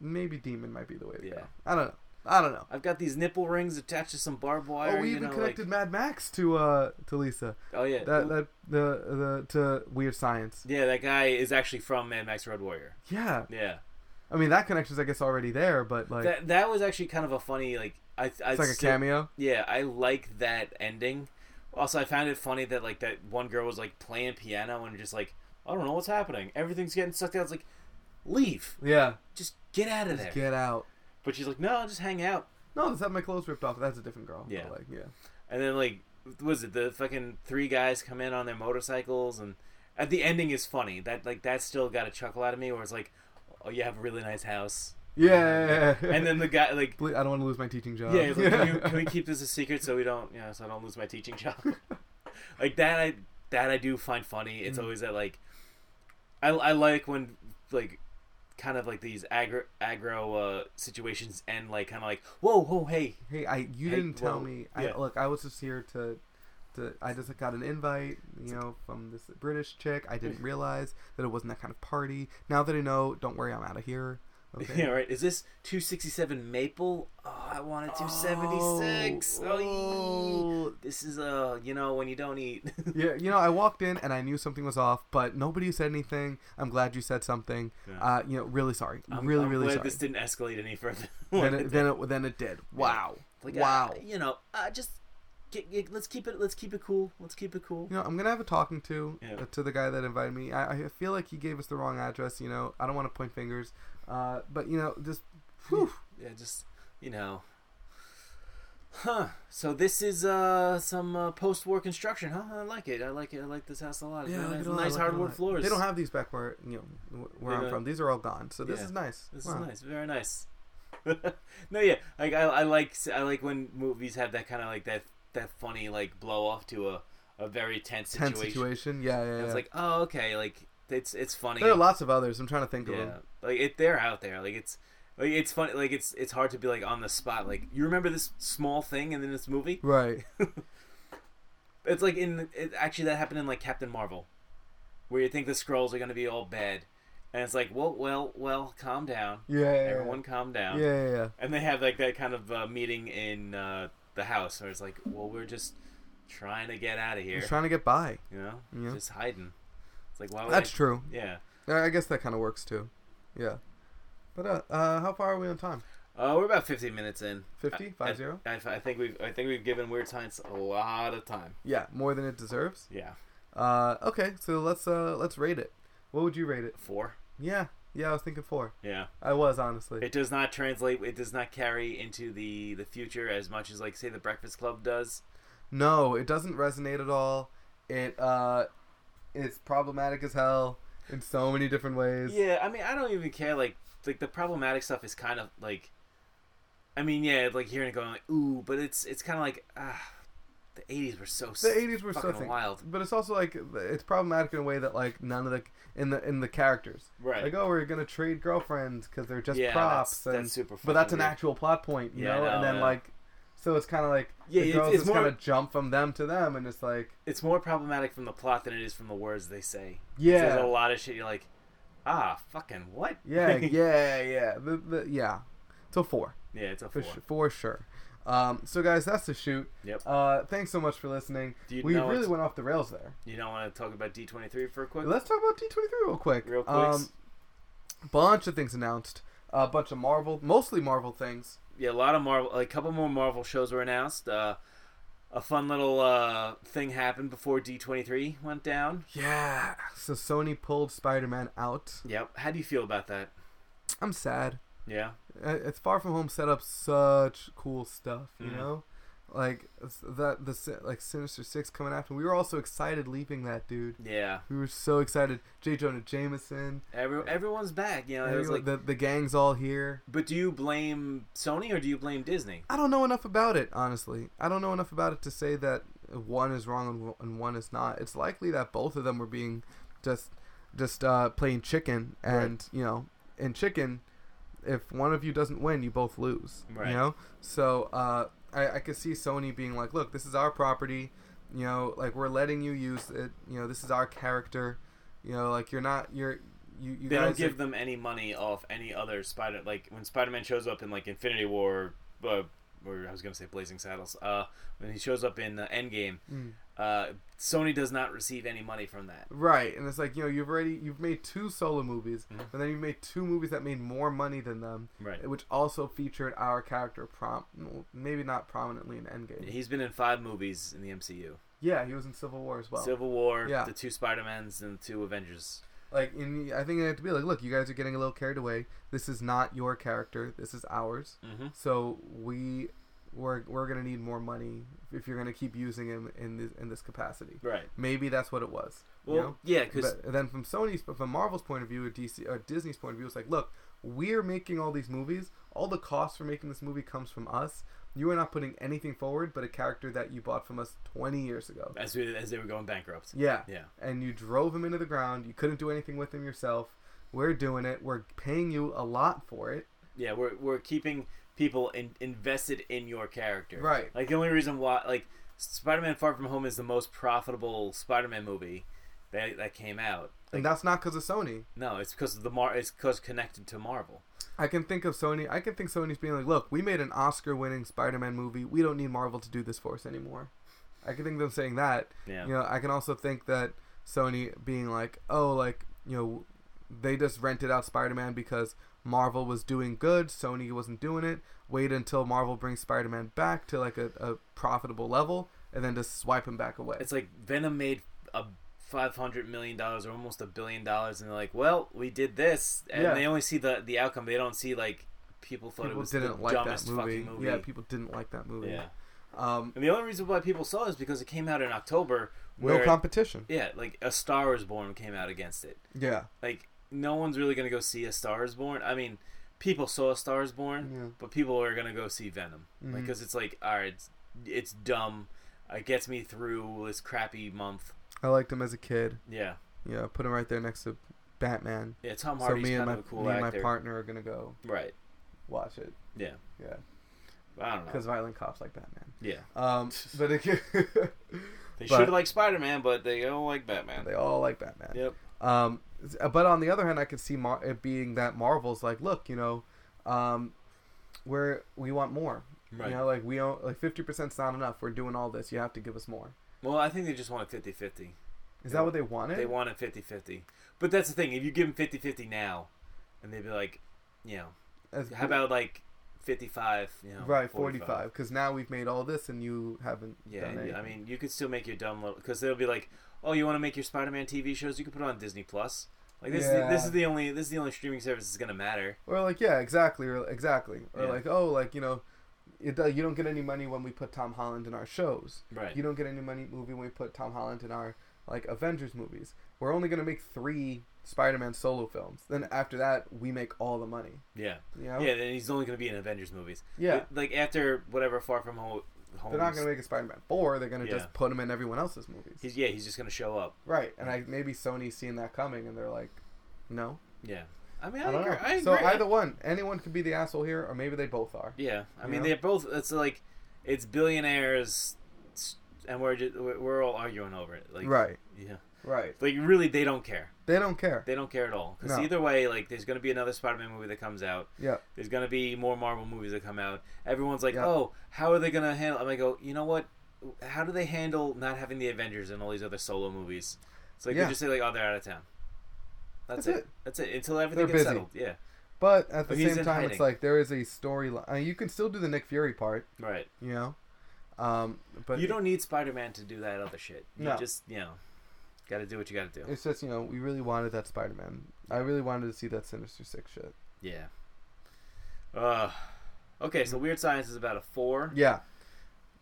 S2: maybe demon might be the way to go.
S3: Yeah.
S2: I don't know. I don't know.
S3: I've got these nipple rings attached to some barbed wire.
S2: oh, we
S3: you
S2: even
S3: know,
S2: connected
S3: Like,
S2: Mad Max to uh to Lisa.
S3: oh yeah.
S2: That that the the to Weird Science.
S3: yeah, that guy is actually from Mad Max Road Warrior.
S2: Yeah,
S3: Yeah.
S2: I mean that connection's I guess already there, but like
S3: that that was actually kind of a funny like I I
S2: it's like a
S3: still-
S2: cameo.
S3: Yeah, I like that ending. Also, I found it funny that like that one girl was like playing piano and just like I don't know what's happening. Everything's getting sucked out. It's like leave,
S2: Yeah,
S3: just get out of there.
S2: get out.
S3: But she's like, no, just hang out.
S2: No, just have my clothes ripped off. That's a different girl.
S3: Yeah.
S2: But, like yeah.
S3: And then like was it the fucking three guys come in on their motorcycles and at the ending is funny. That like that still got a chuckle out of me where it's like, oh, you have a really nice house.
S2: Yeah, yeah, yeah.
S3: And then the guy like.
S2: Ble- I don't want to lose my teaching job.
S3: Yeah, he's like, can, you, can we keep this a secret so we don't, you know, so I don't lose my teaching job? like that, I that I do find funny. It's always that like, I, I like when like, kind of like these aggro aggro uh, situations end like kind of like whoa whoa hey
S2: hey, I you
S3: Hey,
S2: didn't tell
S3: well,
S2: me.
S3: yeah.
S2: I, look, I was just here to, to. I just got an invite, you know, from this British chick. I didn't realize that it wasn't that kind of party. Now that I know, don't worry, I'm out of here. Okay.
S3: yeah right is this 267 maple oh I wanted 276 oh, ee.
S2: Oh.
S3: this is uh you know when you don't eat
S2: Yeah, you know, I walked in and I knew something was off, but nobody said anything. I'm glad you said something.
S3: Yeah.
S2: Uh, you know, really sorry.
S3: I'm,
S2: really,
S3: I'm
S2: really
S3: glad
S2: sorry.
S3: this didn't escalate any further
S2: then it, then it then it did. Wow.
S3: Like,
S2: wow.
S3: uh, you know, uh, just get, get- let's keep it let's keep it cool. Let's keep it cool.
S2: You know, I'm gonna have a talking to
S3: Yeah.
S2: uh, to the guy that invited me. I, I feel like he gave us the wrong address. You know, I don't want to point fingers, uh, but you know, just whew,
S3: Yeah, just you know. Huh. So this is uh some uh, post-war construction, huh? I like it. I like it. I like this house a lot. It's
S2: yeah, look
S3: really nice,
S2: at all that,
S3: nice
S2: look at all
S3: hardwood
S2: that.
S3: floors.
S2: They don't have these back where you know wh- where
S3: They
S2: I'm
S3: don't.
S2: from. These are all gone, so this
S3: Yeah.
S2: is nice.
S3: This
S2: Wow.
S3: is nice. Very nice. no, yeah, like I, I like I like when movies have that kind of like that that funny like blow off to a a very tense
S2: Tense
S3: situation.
S2: situation. Yeah, yeah.
S3: And
S2: yeah.
S3: It's like, oh, okay, like It's it's funny.
S2: There are lots of others. I'm trying to think of
S3: yeah,
S2: them.
S3: like it, they're out there. Like it's like it's funny. Like it's it's hard to be like on the spot. Like you remember this small thing and then this movie.
S2: Right.
S3: It's like in it, actually that happened in like Captain Marvel, where you think the scrolls are gonna be all bad, and it's like well well well calm down,
S2: Yeah. yeah, yeah.
S3: everyone calm down.
S2: Yeah, yeah, yeah.
S3: And they have like that kind of uh, meeting in uh, the house where it's like well we're just trying to get out of here,
S2: He's trying to get by.
S3: you know,
S2: Yeah.
S3: just hiding. It's like why would
S2: That's
S3: I-
S2: true.
S3: Oh, Yeah.
S2: Yeah, I guess that kind of works too. Yeah. But uh, uh, how far are we on time?
S3: Uh, we're about 15 minutes in.
S2: 50?
S3: I-
S2: Five zero?
S3: I, I, I think we've I think we've given Weird Science a lot of time.
S2: Yeah, more than it deserves.
S3: Yeah,
S2: Uh, okay, so let's uh, let's rate it. What would you rate it?
S3: four.
S2: Yeah, yeah, I was thinking four.
S3: Yeah,
S2: I was honestly.
S3: it does not translate. It does not carry into the the future as much as like say the Breakfast Club does.
S2: No, it doesn't resonate at all. It uh, it's problematic as hell in so many different ways.
S3: Yeah, I mean I don't even care. Like like the problematic stuff is kind of like, I mean yeah, like hearing it going like ooh, but it's it's kind of like ah, the 80s were so
S2: The '80s were so
S3: fucking
S2: thing,
S3: wild.
S2: but it's also like it's problematic in a way that like none of the in the in the characters.
S3: Right.
S2: Like oh, we're gonna trade girlfriends because they're just
S3: Yeah,
S2: props.
S3: that's-
S2: and,
S3: that's super
S2: But that's
S3: fucking
S2: an
S3: weird.
S2: actual plot point, you
S3: Yeah, I
S2: know.
S3: know,
S2: and then
S3: yeah.
S2: like, so it's kind of like
S3: Yeah,
S2: the
S3: it's-
S2: girls
S3: it's
S2: just
S3: more-
S2: kind of jump from them to them, and it's like
S3: It's more problematic from the plot than it is from the words they say.
S2: yeah,
S3: There's a lot of shit you're like, ah, fucking what?
S2: yeah, yeah, yeah, the, the, yeah. So four.
S3: yeah, it's a
S2: for,
S3: four.
S2: sure, for sure. Um, so guys, that's the shoot.
S3: Yep.
S2: Uh, thanks so much for listening.
S3: Do you
S2: we
S3: know
S2: really
S3: it's-
S2: went off the rails there.
S3: You don't want to talk about D23 for a quick?
S2: Let's talk about D twenty three real quick.
S3: Real quick.
S2: Um, bunch of things announced. A bunch of Marvel, mostly Marvel things.
S3: yeah, a lot of Marvel, like a couple more Marvel shows were announced. Uh, a fun little uh, thing happened before D23 went down.
S2: Yeah. So Sony pulled Spider Man out.
S3: Yep. How do you feel about that?
S2: I'm sad.
S3: Yeah.
S2: Uh, It's Far From Home set up such cool stuff, you
S3: Mhm.
S2: know. Like it's that the si- like Sinister Six coming after. We were all so excited leaving that dude.
S3: Yeah.
S2: We were so excited. J Jonah Jameson.
S3: Every, everyone's back. You know, Uh, it was
S2: Everyone-
S3: like.
S2: the, the gang's all here.
S3: But do you blame Sony or do you blame Disney?
S2: I don't know enough about it, honestly. I don't know enough about it to say that one is wrong and w- and one is not. It's likely that both of them were being just just uh, playing chicken, and you know, in chicken, if one of you doesn't win, you both lose.
S3: Right.
S2: You know, so uh, I I could see Sony being like, look, this is our property. You know, like we're letting you use it. You know, this is our character. You know, like you're not you're you you
S3: They
S2: guys
S3: don't
S2: are-
S3: give them any money off any other Spider. Like when Spider Man shows up in like Infinity War, uh, or I was gonna say Blazing Saddles. Uh, when he shows up in uh, Endgame,
S2: Mm.
S3: uh, Sony does not receive any money from that.
S2: Right, and it's like you know you've already you've made two solo movies,
S3: Mhm.
S2: and then you made two movies that made more money than them,
S3: Right.
S2: which also featured our character prom well, maybe not prominently in Endgame.
S3: He's been in five movies in the MCU:
S2: yeah, he was in Civil War as well.
S3: Civil War,
S2: Oh. yeah.
S3: the two Spider Mans, and the two Avengers.
S2: like, in, I think I have to be like, look, you guys are getting a little carried away. This is not your character. This is ours.
S3: Mm-hmm.
S2: So we we're we're gonna need more money if you're gonna keep using him in this in this capacity.
S3: Right.
S2: Maybe that's what it was. you
S3: Well,
S2: know?
S3: yeah, because
S2: But then from Sony's, but from Marvel's point of view, or DC or Disney's point of view, it's like, look, we're making all these movies. All the cost for making this movie comes from us. You are not putting anything forward but a character that you bought from us 20 years ago.
S3: as we, as they were going bankrupt.
S2: Yeah.
S3: Yeah.
S2: And you drove him into the ground. You couldn't do anything with him yourself. We're doing it. We're paying you a lot for it.
S3: Yeah, we're we're keeping people in, invested in your character.
S2: Right.
S3: Like the only reason why, like Spider-Man: Far From Home is the most profitable Spider-Man movie that that came out.
S2: And that's not because of Sony.
S3: No, it's because of the Mar. It's because connected to Marvel.
S2: I can think of Sony. I can think Sony's being like, look, we made an Oscar-winning Spider-Man movie. We don't need Marvel to do this for us anymore. I can think of them saying that.
S3: Yeah.
S2: you know i can also think that sony being like oh like you know they just rented out spider-man because marvel was doing good sony wasn't doing it wait until marvel brings spider-man back to like a, a profitable level and then just swipe him back away
S3: It's like Venom made a five hundred million dollars or almost a billion dollars, and they're like, "Well, we did this," and
S2: Yeah.
S3: they only see the the outcome. They don't see like people thought it
S2: people
S3: was
S2: didn't
S3: the
S2: like that
S3: dumbest
S2: movie.
S3: fucking movie.
S2: yeah people didn't like that movie
S3: Yeah.
S2: um
S3: And the only reason why people saw it is because it came out in October. Where
S2: no competition
S3: yeah, like A Star Is Born came out against it.
S2: yeah
S3: like no one's really gonna go see a Star Is Born. I mean, people saw a Star Is Born,
S2: Yeah.
S3: but people are gonna go see Venom because
S2: Mhm.
S3: it's like all right, it's, it's dumb. It gets me through this crappy month.
S2: i liked him as a kid
S3: Yeah,
S2: you know, put him right there next to Batman.
S3: Yeah, Tom
S2: So
S3: Hardy's
S2: me and
S3: kind
S2: my
S3: of a cool
S2: me and
S3: actor.
S2: my partner are gonna go
S3: Right.
S2: watch it.
S3: Yeah. Oh.
S2: Yeah,
S3: I don't know.
S2: because violent cops like Batman.
S3: Yeah.
S2: Um, but it,
S3: They
S2: But-
S3: should like Spider Man, but they don't like Batman.
S2: they all like Batman.
S3: Yep.
S2: Um, but on the other hand, I could see Mar- it being that Marvel's like, look, you know, um, we're we want more.
S3: Right.
S2: You know, like we don't like fifty percent's not enough. We're doing all this. You have to give us more.
S3: Well, I think they just want it 50 50.
S2: Is
S3: Yeah.
S2: that what they wanted?
S3: They want it 50 50. But that's the thing. If you give them 50 50 now, and they'd be like, you know,
S2: As-
S3: how about like 55, you know?
S2: right forty five? Because now we've made all this and you haven't.
S3: Yeah,
S2: done
S3: and you- I
S2: anything.
S3: mean, you could still make your dumb little. Because they'll be like, oh, you want to make your Spider Man TV shows? You can put it on Disney Plus. Like this, is the, this
S2: Yeah.
S3: is the only this is the only streaming service that's gonna matter.
S2: Or like, yeah, exactly, or exactly, or
S3: Yeah.
S2: like, oh, like you know, it, do- you don't get any money when we put Tom Holland in our shows.
S3: Right.
S2: You don't get any money movie when we put Tom Holland in our like Avengers movies. We're only gonna make three Spider-Man solo films. Then after that, we make all the money.
S3: yeah.
S2: You know?
S3: Yeah. And he's only gonna be in Avengers movies.
S2: Yeah.
S3: But, Like after whatever Far From Home.
S2: They're not gonna make a Spider-Man four. They're gonna
S3: Yeah.
S2: just put him in everyone else's movies.
S3: He's yeah. He's just gonna show up.
S2: right. And I maybe Sony's seeing that coming, and they're like, no.
S3: Yeah. I mean,
S2: I
S3: I,
S2: don't
S3: agree.
S2: know.
S3: I agree.
S2: so either one, anyone could be the asshole here, or maybe they both are.
S3: Yeah, I
S2: You
S3: mean
S2: know?
S3: they're both. It's like it's billionaires, s- and we're just, we're all arguing over it. Like
S2: Right.
S3: yeah,
S2: Right.
S3: like really they don't care.
S2: They don't care.
S3: They don't care at all. Because
S2: No.
S3: either way, like there's gonna be another Spider-Man movie that comes out.
S2: yeah.
S3: There's gonna be more Marvel movies that come out. Everyone's like,
S2: Yeah.
S3: oh, how are they gonna handle? I'm like, oh, you know what? How do they handle not having the Avengers and all these other solo movies? It's like
S2: Yeah.
S3: they just say like, oh, they're out of town. That's,
S2: That's
S3: it. That's it. Until everything
S2: They're busy.
S3: gets settled. Yeah.
S2: But at the
S3: But he's
S2: same
S3: in
S2: time,
S3: hiding.
S2: it's like there is a storyline. I mean, you can still do the Nick Fury part,
S3: Right.
S2: you know. Um, but
S3: you don't need Spider-Man to do that other shit. You
S2: No.
S3: just, you know, got to do what you got to do.
S2: It's just you know we really wanted that Spider Man. I really wanted to see that Sinister Six shit.
S3: Yeah. Uh, okay, so Weird Science is about a four.
S2: Mm. Yeah.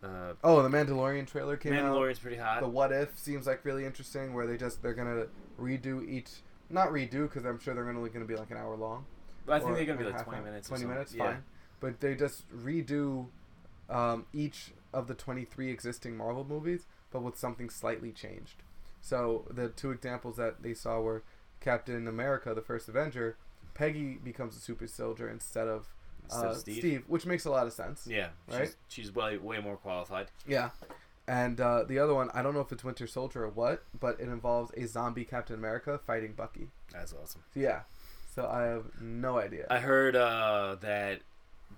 S3: Uh,
S2: Oh, the Mandalorian trailer came
S3: Mandalorian's pretty
S2: out. The
S3: hot.
S2: What If seems like really interesting, where they just they're gonna redo each. Not redo because I'm sure they're only gonna be like an hour long.
S3: But I
S2: or
S3: think they're gonna be
S2: a
S3: like
S2: half
S3: twenty
S2: hour.
S3: minutes. or
S2: Twenty
S3: something.
S2: minutes,
S3: Yeah.
S2: fine. But they just redo um, each of the twenty-three existing Marvel movies, but with something slightly changed. So the two examples that they saw were Captain America: The First Avenger. Peggy becomes a super soldier instead of,
S3: Instead
S2: uh,
S3: of
S2: Steve.
S3: Steve.
S2: which makes a lot of sense.
S3: Yeah. She's,
S2: Right?
S3: She's way way more qualified.
S2: Yeah. And uh, the other one, I don't know if it's Winter Soldier or what, but it involves a zombie Captain America fighting Bucky.
S3: That's awesome.
S2: So, yeah. So I have no idea.
S3: I heard uh, that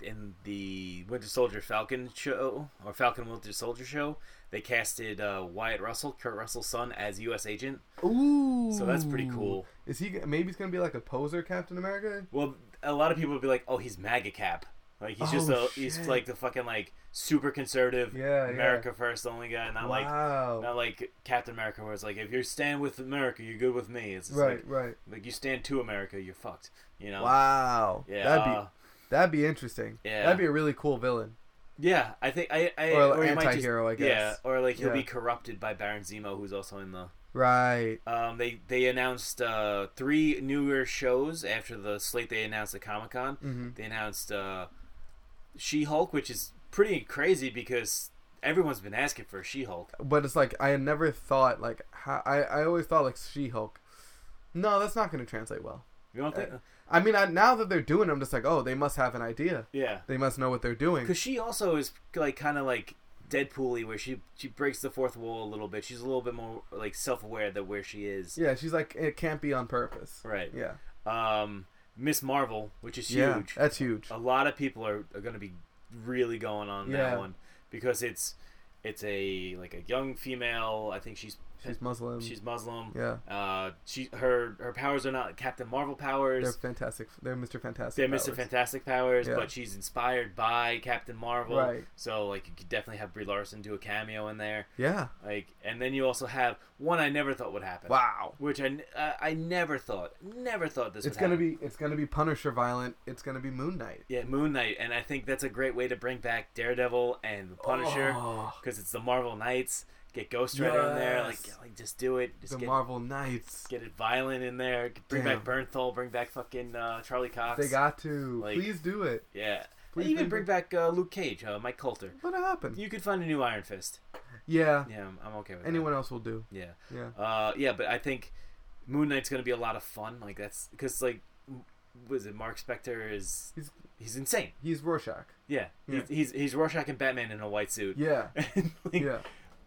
S3: in the Winter Soldier Falcon show or Falcon Winter Soldier show, they casted uh, Wyatt Russell, Kurt Russell's son, as U.S. agent.
S2: Ooh.
S3: So that's pretty cool.
S2: Is he maybe he's gonna be like a poser Captain America?
S3: Well, a lot of people would be like, "Oh, he's MAGA cap. Like he's just
S2: Oh,
S3: a he's
S2: shit.
S3: like the fucking like super conservative
S2: Yeah, yeah.
S3: America first only guy, not like
S2: wow.
S3: not like Captain America where it's like if you stand with America, you're good with me. It's just
S2: right,
S3: like,
S2: right.
S3: like you stand to America, you're fucked. You know?
S2: Wow.
S3: Yeah.
S2: That'd
S3: uh,
S2: be that'd be interesting.
S3: yeah.
S2: That'd be a really cool villain.
S3: yeah, I think I, I
S2: Or
S3: he might just-
S2: anti-hero, I guess.
S3: Yeah, or like he'll
S2: Yeah.
S3: be corrupted by Baron Zemo, who's also in the.
S2: Right.
S3: Um, they they announced uh, three newer shows after the slate they announced at Comic Con.
S2: Mm-hmm.
S3: They announced uh, She Hulk, which is pretty crazy because everyone's been asking for She Hulk.
S2: But it's like I had never thought like how, I I always thought like She Hulk. No, that's not gonna translate well.
S3: You don't think?
S2: Uh, I mean, I, now that they're doing, it, I'm just like, oh, they must have an idea.
S3: yeah,
S2: They must know what they're doing.
S3: because she also is like kind of like Deadpool-y, where she she breaks the fourth wall a little bit. She's a little bit more like self-aware that where she is.
S2: Yeah, she's like, it can't be on purpose.
S3: Right.
S2: Yeah.
S3: Um, Miss Marvel, which is
S2: Yeah.
S3: huge.
S2: That's huge.
S3: a lot of people are, are going to be really going on
S2: Yeah.
S3: that one because it's it's a like a young female. I think she's
S2: She's Muslim.
S3: she's Muslim.
S2: yeah.
S3: Uh, she her her powers are not Captain Marvel
S2: They're
S3: powers.
S2: fantastic. They're Mr. Fantastic.
S3: They're, Mr.
S2: powers.
S3: Fantastic powers,
S2: Yeah.
S3: but she's inspired by Captain Marvel.
S2: Right.
S3: So like you could definitely have Brie Larson do a cameo in there.
S2: Yeah.
S3: Like and then you also have one I never thought would happen.
S2: Wow.
S3: Which I, n- uh, I never thought, never thought this.
S2: It's
S3: would happen.
S2: gonna be it's gonna be Punisher violent. It's gonna be Moon Knight.
S3: Yeah, Moon Knight, and I think that's a great way to bring back Daredevil and the Punisher
S2: Oh,
S3: because it's the Marvel Knights. Get Ghost Rider in there, like,
S2: Yes.
S3: like just do it, just
S2: the
S3: get,
S2: Marvel Knights.
S3: get it violent in there. Bring back Bernthal, bring back fucking uh, Charlie Cox.
S2: They got to.
S3: Like-
S2: Please do it.
S3: yeah,
S2: Please
S3: even
S2: bring
S3: bring back uh, Luke Cage, uh, Mike Coulter.
S2: Let it happen.
S3: You could find a new Iron Fist.
S2: yeah.
S3: Yeah, I'm, I'm okay with that.
S2: Anyone else will do.
S3: Yeah.
S2: Yeah.
S3: Uh, yeah, but I think Moon Knight's gonna be a lot of fun. Like that's because like m- was it Mark Spector is he's,
S2: He's-
S3: insane.
S2: He's Rorschach.
S3: Yeah, He's, he's he's Rorschach and Batman in a white suit.
S2: Yeah.
S3: Like,
S2: Yeah.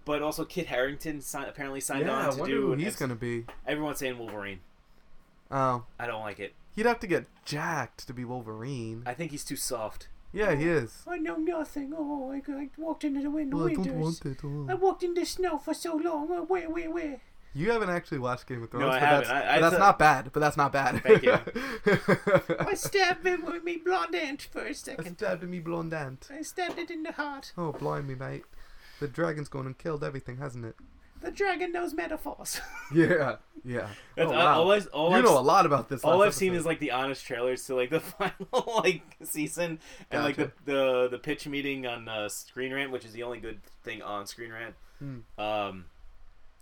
S3: But also Kit Harrington si- apparently signed
S2: yeah. I
S3: on to
S2: wonder
S3: do.
S2: who
S3: an
S2: he's
S3: episode-
S2: gonna be.
S3: Everyone's saying Wolverine.
S2: Oh,
S3: I don't like it.
S2: he'd have to get jacked to be Wolverine.
S3: I think he's too soft.
S2: yeah, he is.
S3: I know nothing. Oh, I, I walked into the wind.
S2: Well, I don't want it. oh.
S3: walked in the snow for so long. Oh, wait, wait, wait.
S2: You haven't actually watched Game of Thrones.
S3: I
S2: but That's,
S3: haven't. I- I
S2: but that's
S3: thought-
S2: not bad. But that's not bad.
S3: Thank
S2: I
S3: stabbed him with me blonde ant for a second.
S2: stabbed me blonde ant.
S3: I stabbed it in the heart.
S2: Oh, blind me, mate. The dragon's gone and killed everything, hasn't it?
S3: The dragon knows metaphors.
S2: Yeah, yeah.
S3: That's,
S2: oh,
S3: I-
S2: wow.
S3: all I- all
S2: you
S3: I've
S2: know
S3: s-
S2: a lot about this.
S3: All
S2: last
S3: I've seen
S2: episode.
S3: is like the honest trailers to like the final like season and like the,
S2: Gotcha.
S3: the the pitch meeting on uh, Screen Rant, which is the only good thing on Screen Rant.
S2: Hmm.
S3: Um,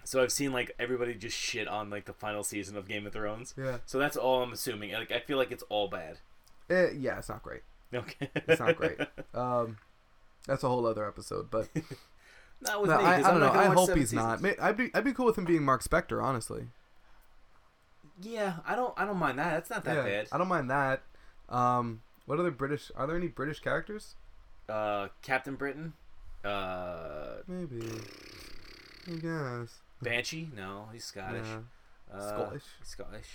S3: so I've seen like everybody just shit on like the final season of Game of Thrones.
S2: Yeah.
S3: So that's all I'm assuming. Like I feel like it's all bad.
S2: Eh, yeah, it's not great.
S3: Okay.
S2: It's not great. Um, that's a whole other episode, but
S3: not with
S2: No,
S3: me.
S2: I, I
S3: 'cause
S2: don't
S3: I'm
S2: know.
S3: not gonna
S2: I
S3: watch
S2: hope
S3: seven
S2: he's not.
S3: seasons.
S2: May- I'd be I'd be cool with him being Mark Spector, honestly.
S3: Yeah, I don't. I don't mind that. That's not that
S2: yeah,
S3: bad.
S2: I don't mind that. Um, what other British? Are there any British characters?
S3: Uh, Captain Britain. Uh,
S2: Maybe. I guess.
S3: Banshee. No, he's Scottish.
S2: Yeah.
S3: Uh,
S2: Scottish.
S3: Scottish.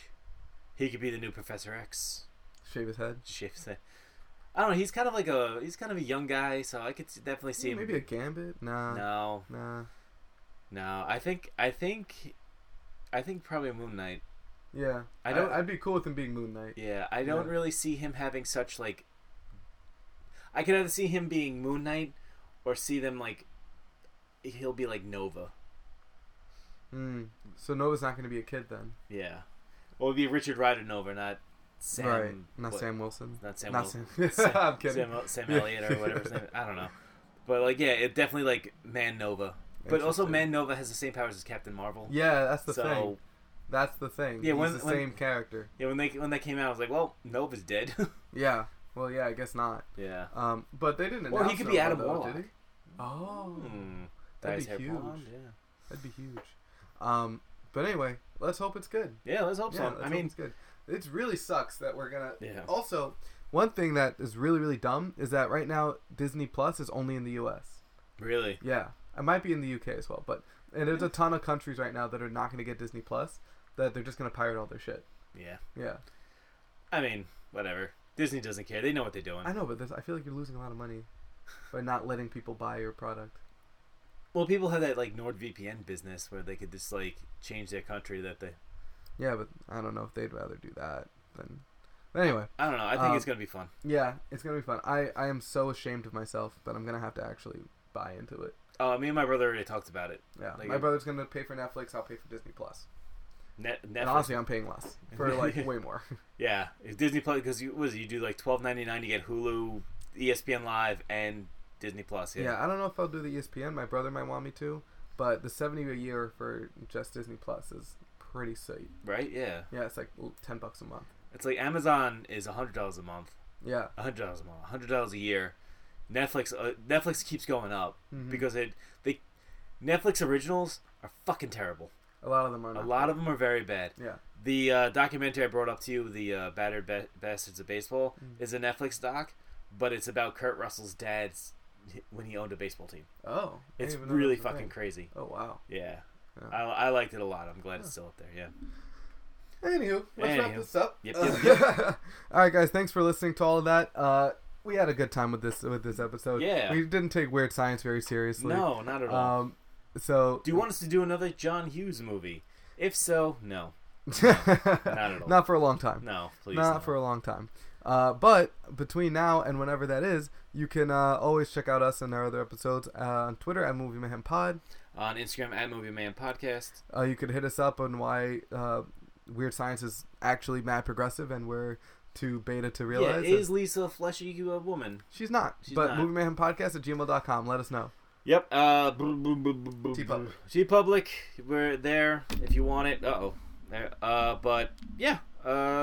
S3: He could be the new Professor X.
S2: Shave his head.
S3: Shifts it. I don't know. He's kind of like a he's kind of a young guy, so I could s- definitely see him.
S2: Maybe a gambit. Nah.
S3: no,
S2: Nah.
S3: no. I think I think I think probably Moon Knight.
S2: Yeah.
S3: I don't-
S2: I, would be cool with him being Moon Knight.
S3: Yeah, I don't
S2: Yeah.
S3: really see him having such like. I could either see him being Moon Knight, or see them like. He'll be like Nova.
S2: Mm. So Nova's not going to be a kid then.
S3: Yeah, well, it'd be Richard Rider Nova, not Sam.
S2: right. Not
S3: what-
S2: Sam Wilson.
S3: Not Sam.
S2: Not Sam.
S3: Wil- Sam-
S2: I'm kidding.
S3: Sam, Sam
S2: Yeah.
S3: Elliott or whatever his name. I don't know, but like, yeah, it definitely like Man Nova, but also
S2: Interesting.
S3: Man Nova has the same powers as Captain Marvel.
S2: Yeah, that's the
S3: so
S2: thing. That's the thing.
S3: Yeah,
S2: He's
S3: when-
S2: the
S3: when-
S2: same character.
S3: yeah, when they when that came out, I was like, well, Nova's dead.
S2: Yeah. Well, yeah, I guess not.
S3: yeah,
S2: Um, but they didn't.
S3: Or he
S2: announce
S3: could be
S2: Nova,
S3: Adam
S2: though,
S3: Warlock.
S2: Did he? Oh,
S3: Hmm.
S2: That'd
S3: Dyes
S2: be
S3: hair
S2: huge.
S3: blonde,
S2: that'd be huge. Um, but anyway, let's hope it's good.
S3: yeah, yeah. Let's hope
S2: Yeah,
S3: so.
S2: let's
S3: I
S2: hope
S3: mean,
S2: it's good. It really sucks that we're gonna.
S3: Yeah.
S2: Also, one thing that is really really dumb is that right now Disney Plus is only in the U.S.
S3: really,
S2: Yeah, it might be in the U.K. as well, but and there's a ton of countries right now that are not gonna get Disney Plus. That they're just gonna pirate all their shit.
S3: yeah.
S2: Yeah,
S3: I mean, whatever. Disney doesn't care. They know what they're doing.
S2: I know, but this, I feel like you're losing a lot of money by not letting people buy your product.
S3: Well, people have that like NordVPN business where they could just like change their country that they.
S2: Yeah, but I don't know if they'd rather do that than. But anyway,
S3: I don't know. I think
S2: Um,
S3: it's gonna be fun.
S2: yeah, it's gonna be fun. I I am so ashamed of myself, but I'm gonna have to actually buy into it.
S3: Oh, me and my brother already talked about it.
S2: Yeah,
S3: Like
S2: my
S3: a-
S2: brother's gonna pay for Netflix. I'll pay for Disney Plus.
S3: Net, Netflix.
S2: And honestly, I'm paying less for like way more.
S3: Yeah, if Disney Plus because you was you do like twelve ninety nine, you get Hulu, E ESPN Live, and Disney Plus.
S2: Yeah.
S3: Yeah,
S2: I don't know if I'll do the E ESPN. My brother might want me to, but the seventy a year for just Disney Plus is pretty sweet.
S3: right. Yeah,
S2: Yeah, it's like l- ten bucks a month.
S3: it's like Amazon is hundred dollars a month,
S2: Yeah,
S3: hundred dollars a month, hundred dollars a year. Netflix uh, Netflix keeps going up
S2: Mm-hmm.
S3: because it they Netflix originals are fucking terrible.
S2: a lot of them are.
S3: A
S2: Not
S3: lot of them are very bad.
S2: Yeah,
S3: The uh, documentary I brought up to you, the uh, Battered Ba- Bastards of Baseball,
S2: Mm-hmm.
S3: is a Netflix doc, but it's about Kurt Russell's dad's when he owned a baseball team.
S2: oh, I
S3: It's
S2: didn't even know that
S3: really
S2: was a
S3: fucking
S2: thing.
S3: crazy.
S2: Oh wow.
S3: Yeah.
S2: Yeah.
S3: I, I liked it a lot. I'm glad it's still up there. Yeah.
S2: Anywho, let's
S3: Anywho.
S2: wrap this up.
S3: Yep,
S2: Uh, all right, guys, thanks for listening to all of that. Uh, we had a good time with this with this episode.
S3: Yeah.
S2: we didn't take weird science very seriously.
S3: No, not at all.
S2: Um, so
S3: do you want us to do another John Hughes movie? If so, no,
S2: not
S3: at all.
S2: Not for a long time.
S3: no, please.
S2: not
S3: no.
S2: for a long time. Uh, but between now and whenever that is, you can uh, always check out us and our other episodes uh, on Twitter at Movie Mayhem Pod.
S3: on Instagram at Movie Man Podcast.
S2: Uh, you could hit us up on why uh, weird science is actually mad progressive and we're too beta to
S3: Yeah,
S2: realize. it.
S3: is Lisa a fleshy a woman?
S2: She's not.
S3: She's
S2: but
S3: not.
S2: movie mayhem podcast at gmail.com. Let us know.
S3: Yep. Uh, T
S2: T-Public.
S3: Public. We're there if you want it. Uh oh. There. Uh, but yeah.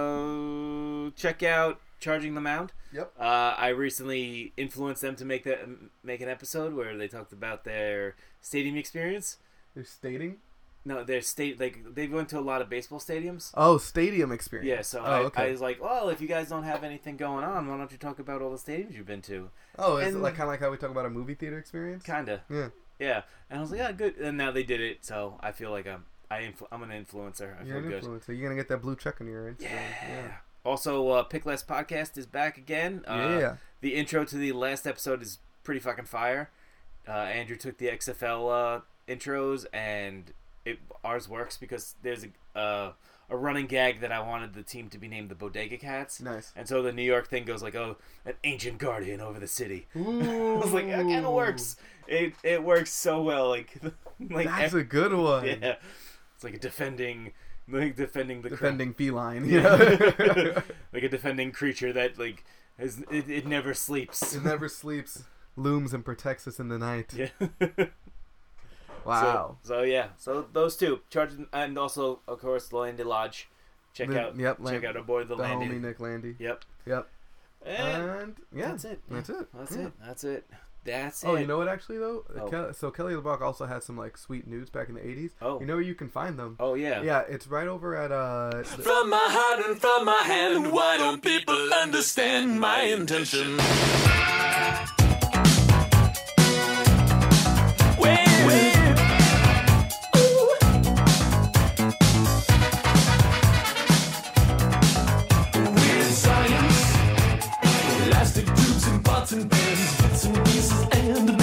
S3: Uh, check out Charging the Mound.
S2: Yep.
S3: Uh, I recently influenced them to make that make an episode where they talked about their stadium experience.
S2: They're stating.
S3: No, they're state like they've went to a lot of baseball stadiums.
S2: Oh, stadium experience.
S3: Yeah, so
S2: Oh,
S3: I,
S2: okay.
S3: I was like, well, if you guys don't have anything going on, why don't you talk about all the stadiums you've been to?
S2: oh, is it
S3: and-
S2: like kind of like how we talk about a movie theater experience?
S3: Kinda.
S2: Yeah.
S3: Yeah, and I was like, yeah, good. And now they did it, so I feel like I'm I influ- I'm an influencer. I
S2: You're
S3: feel
S2: an
S3: good.
S2: influencer. You're gonna get that blue check on your Instagram.
S3: Yeah. Also, uh, Pick Less Podcast is back again. Uh,
S2: Yeah. yeah.
S3: The intro to the last episode is pretty fucking fire. Uh, Andrew took the XFL uh, intros, and it ours works because there's a uh, a running gag that I wanted the team to be named the Bodega Cats.
S2: Nice.
S3: And so the New York thing goes like, "Oh, an ancient guardian over the city."
S2: Ooh.
S3: I was like, "That kind of works. It it works so well. Like, like
S2: That's a good one.
S3: yeah, it's like a defending, like defending the cra-
S2: Defending feline. Yeah.
S3: like a defending creature that like is it, it never sleeps.
S2: it never sleeps, looms and protects us in the night.
S3: Yeah.
S2: Wow.
S3: So, so yeah, so those two charge and also of course the Landy Lodge. Check
S2: The-
S3: out
S2: yep,
S3: check
S2: Land-
S3: out our boy the,
S2: the
S3: Landy.
S2: homie Uh, Nick Landy.
S3: Yep.
S2: Yep.
S3: And
S2: And yeah,
S3: that's it.
S2: That's it.
S3: That's
S2: Yeah.
S3: it. That's it. That's it.
S2: Oh, you know what? Actually, though,
S3: Oh.
S2: Ke- so Kelly LeBrock also had some like sweet nudes back in the '80s.
S3: Oh.
S2: you know where you can find them.
S3: Oh yeah.
S2: Yeah, it's right over at uh. the-
S1: From my heart and from my hand, why don't people understand my intention? Wait, wait. Ooh. Weird science, elastic tubes and pots and pans, bits and pieces and a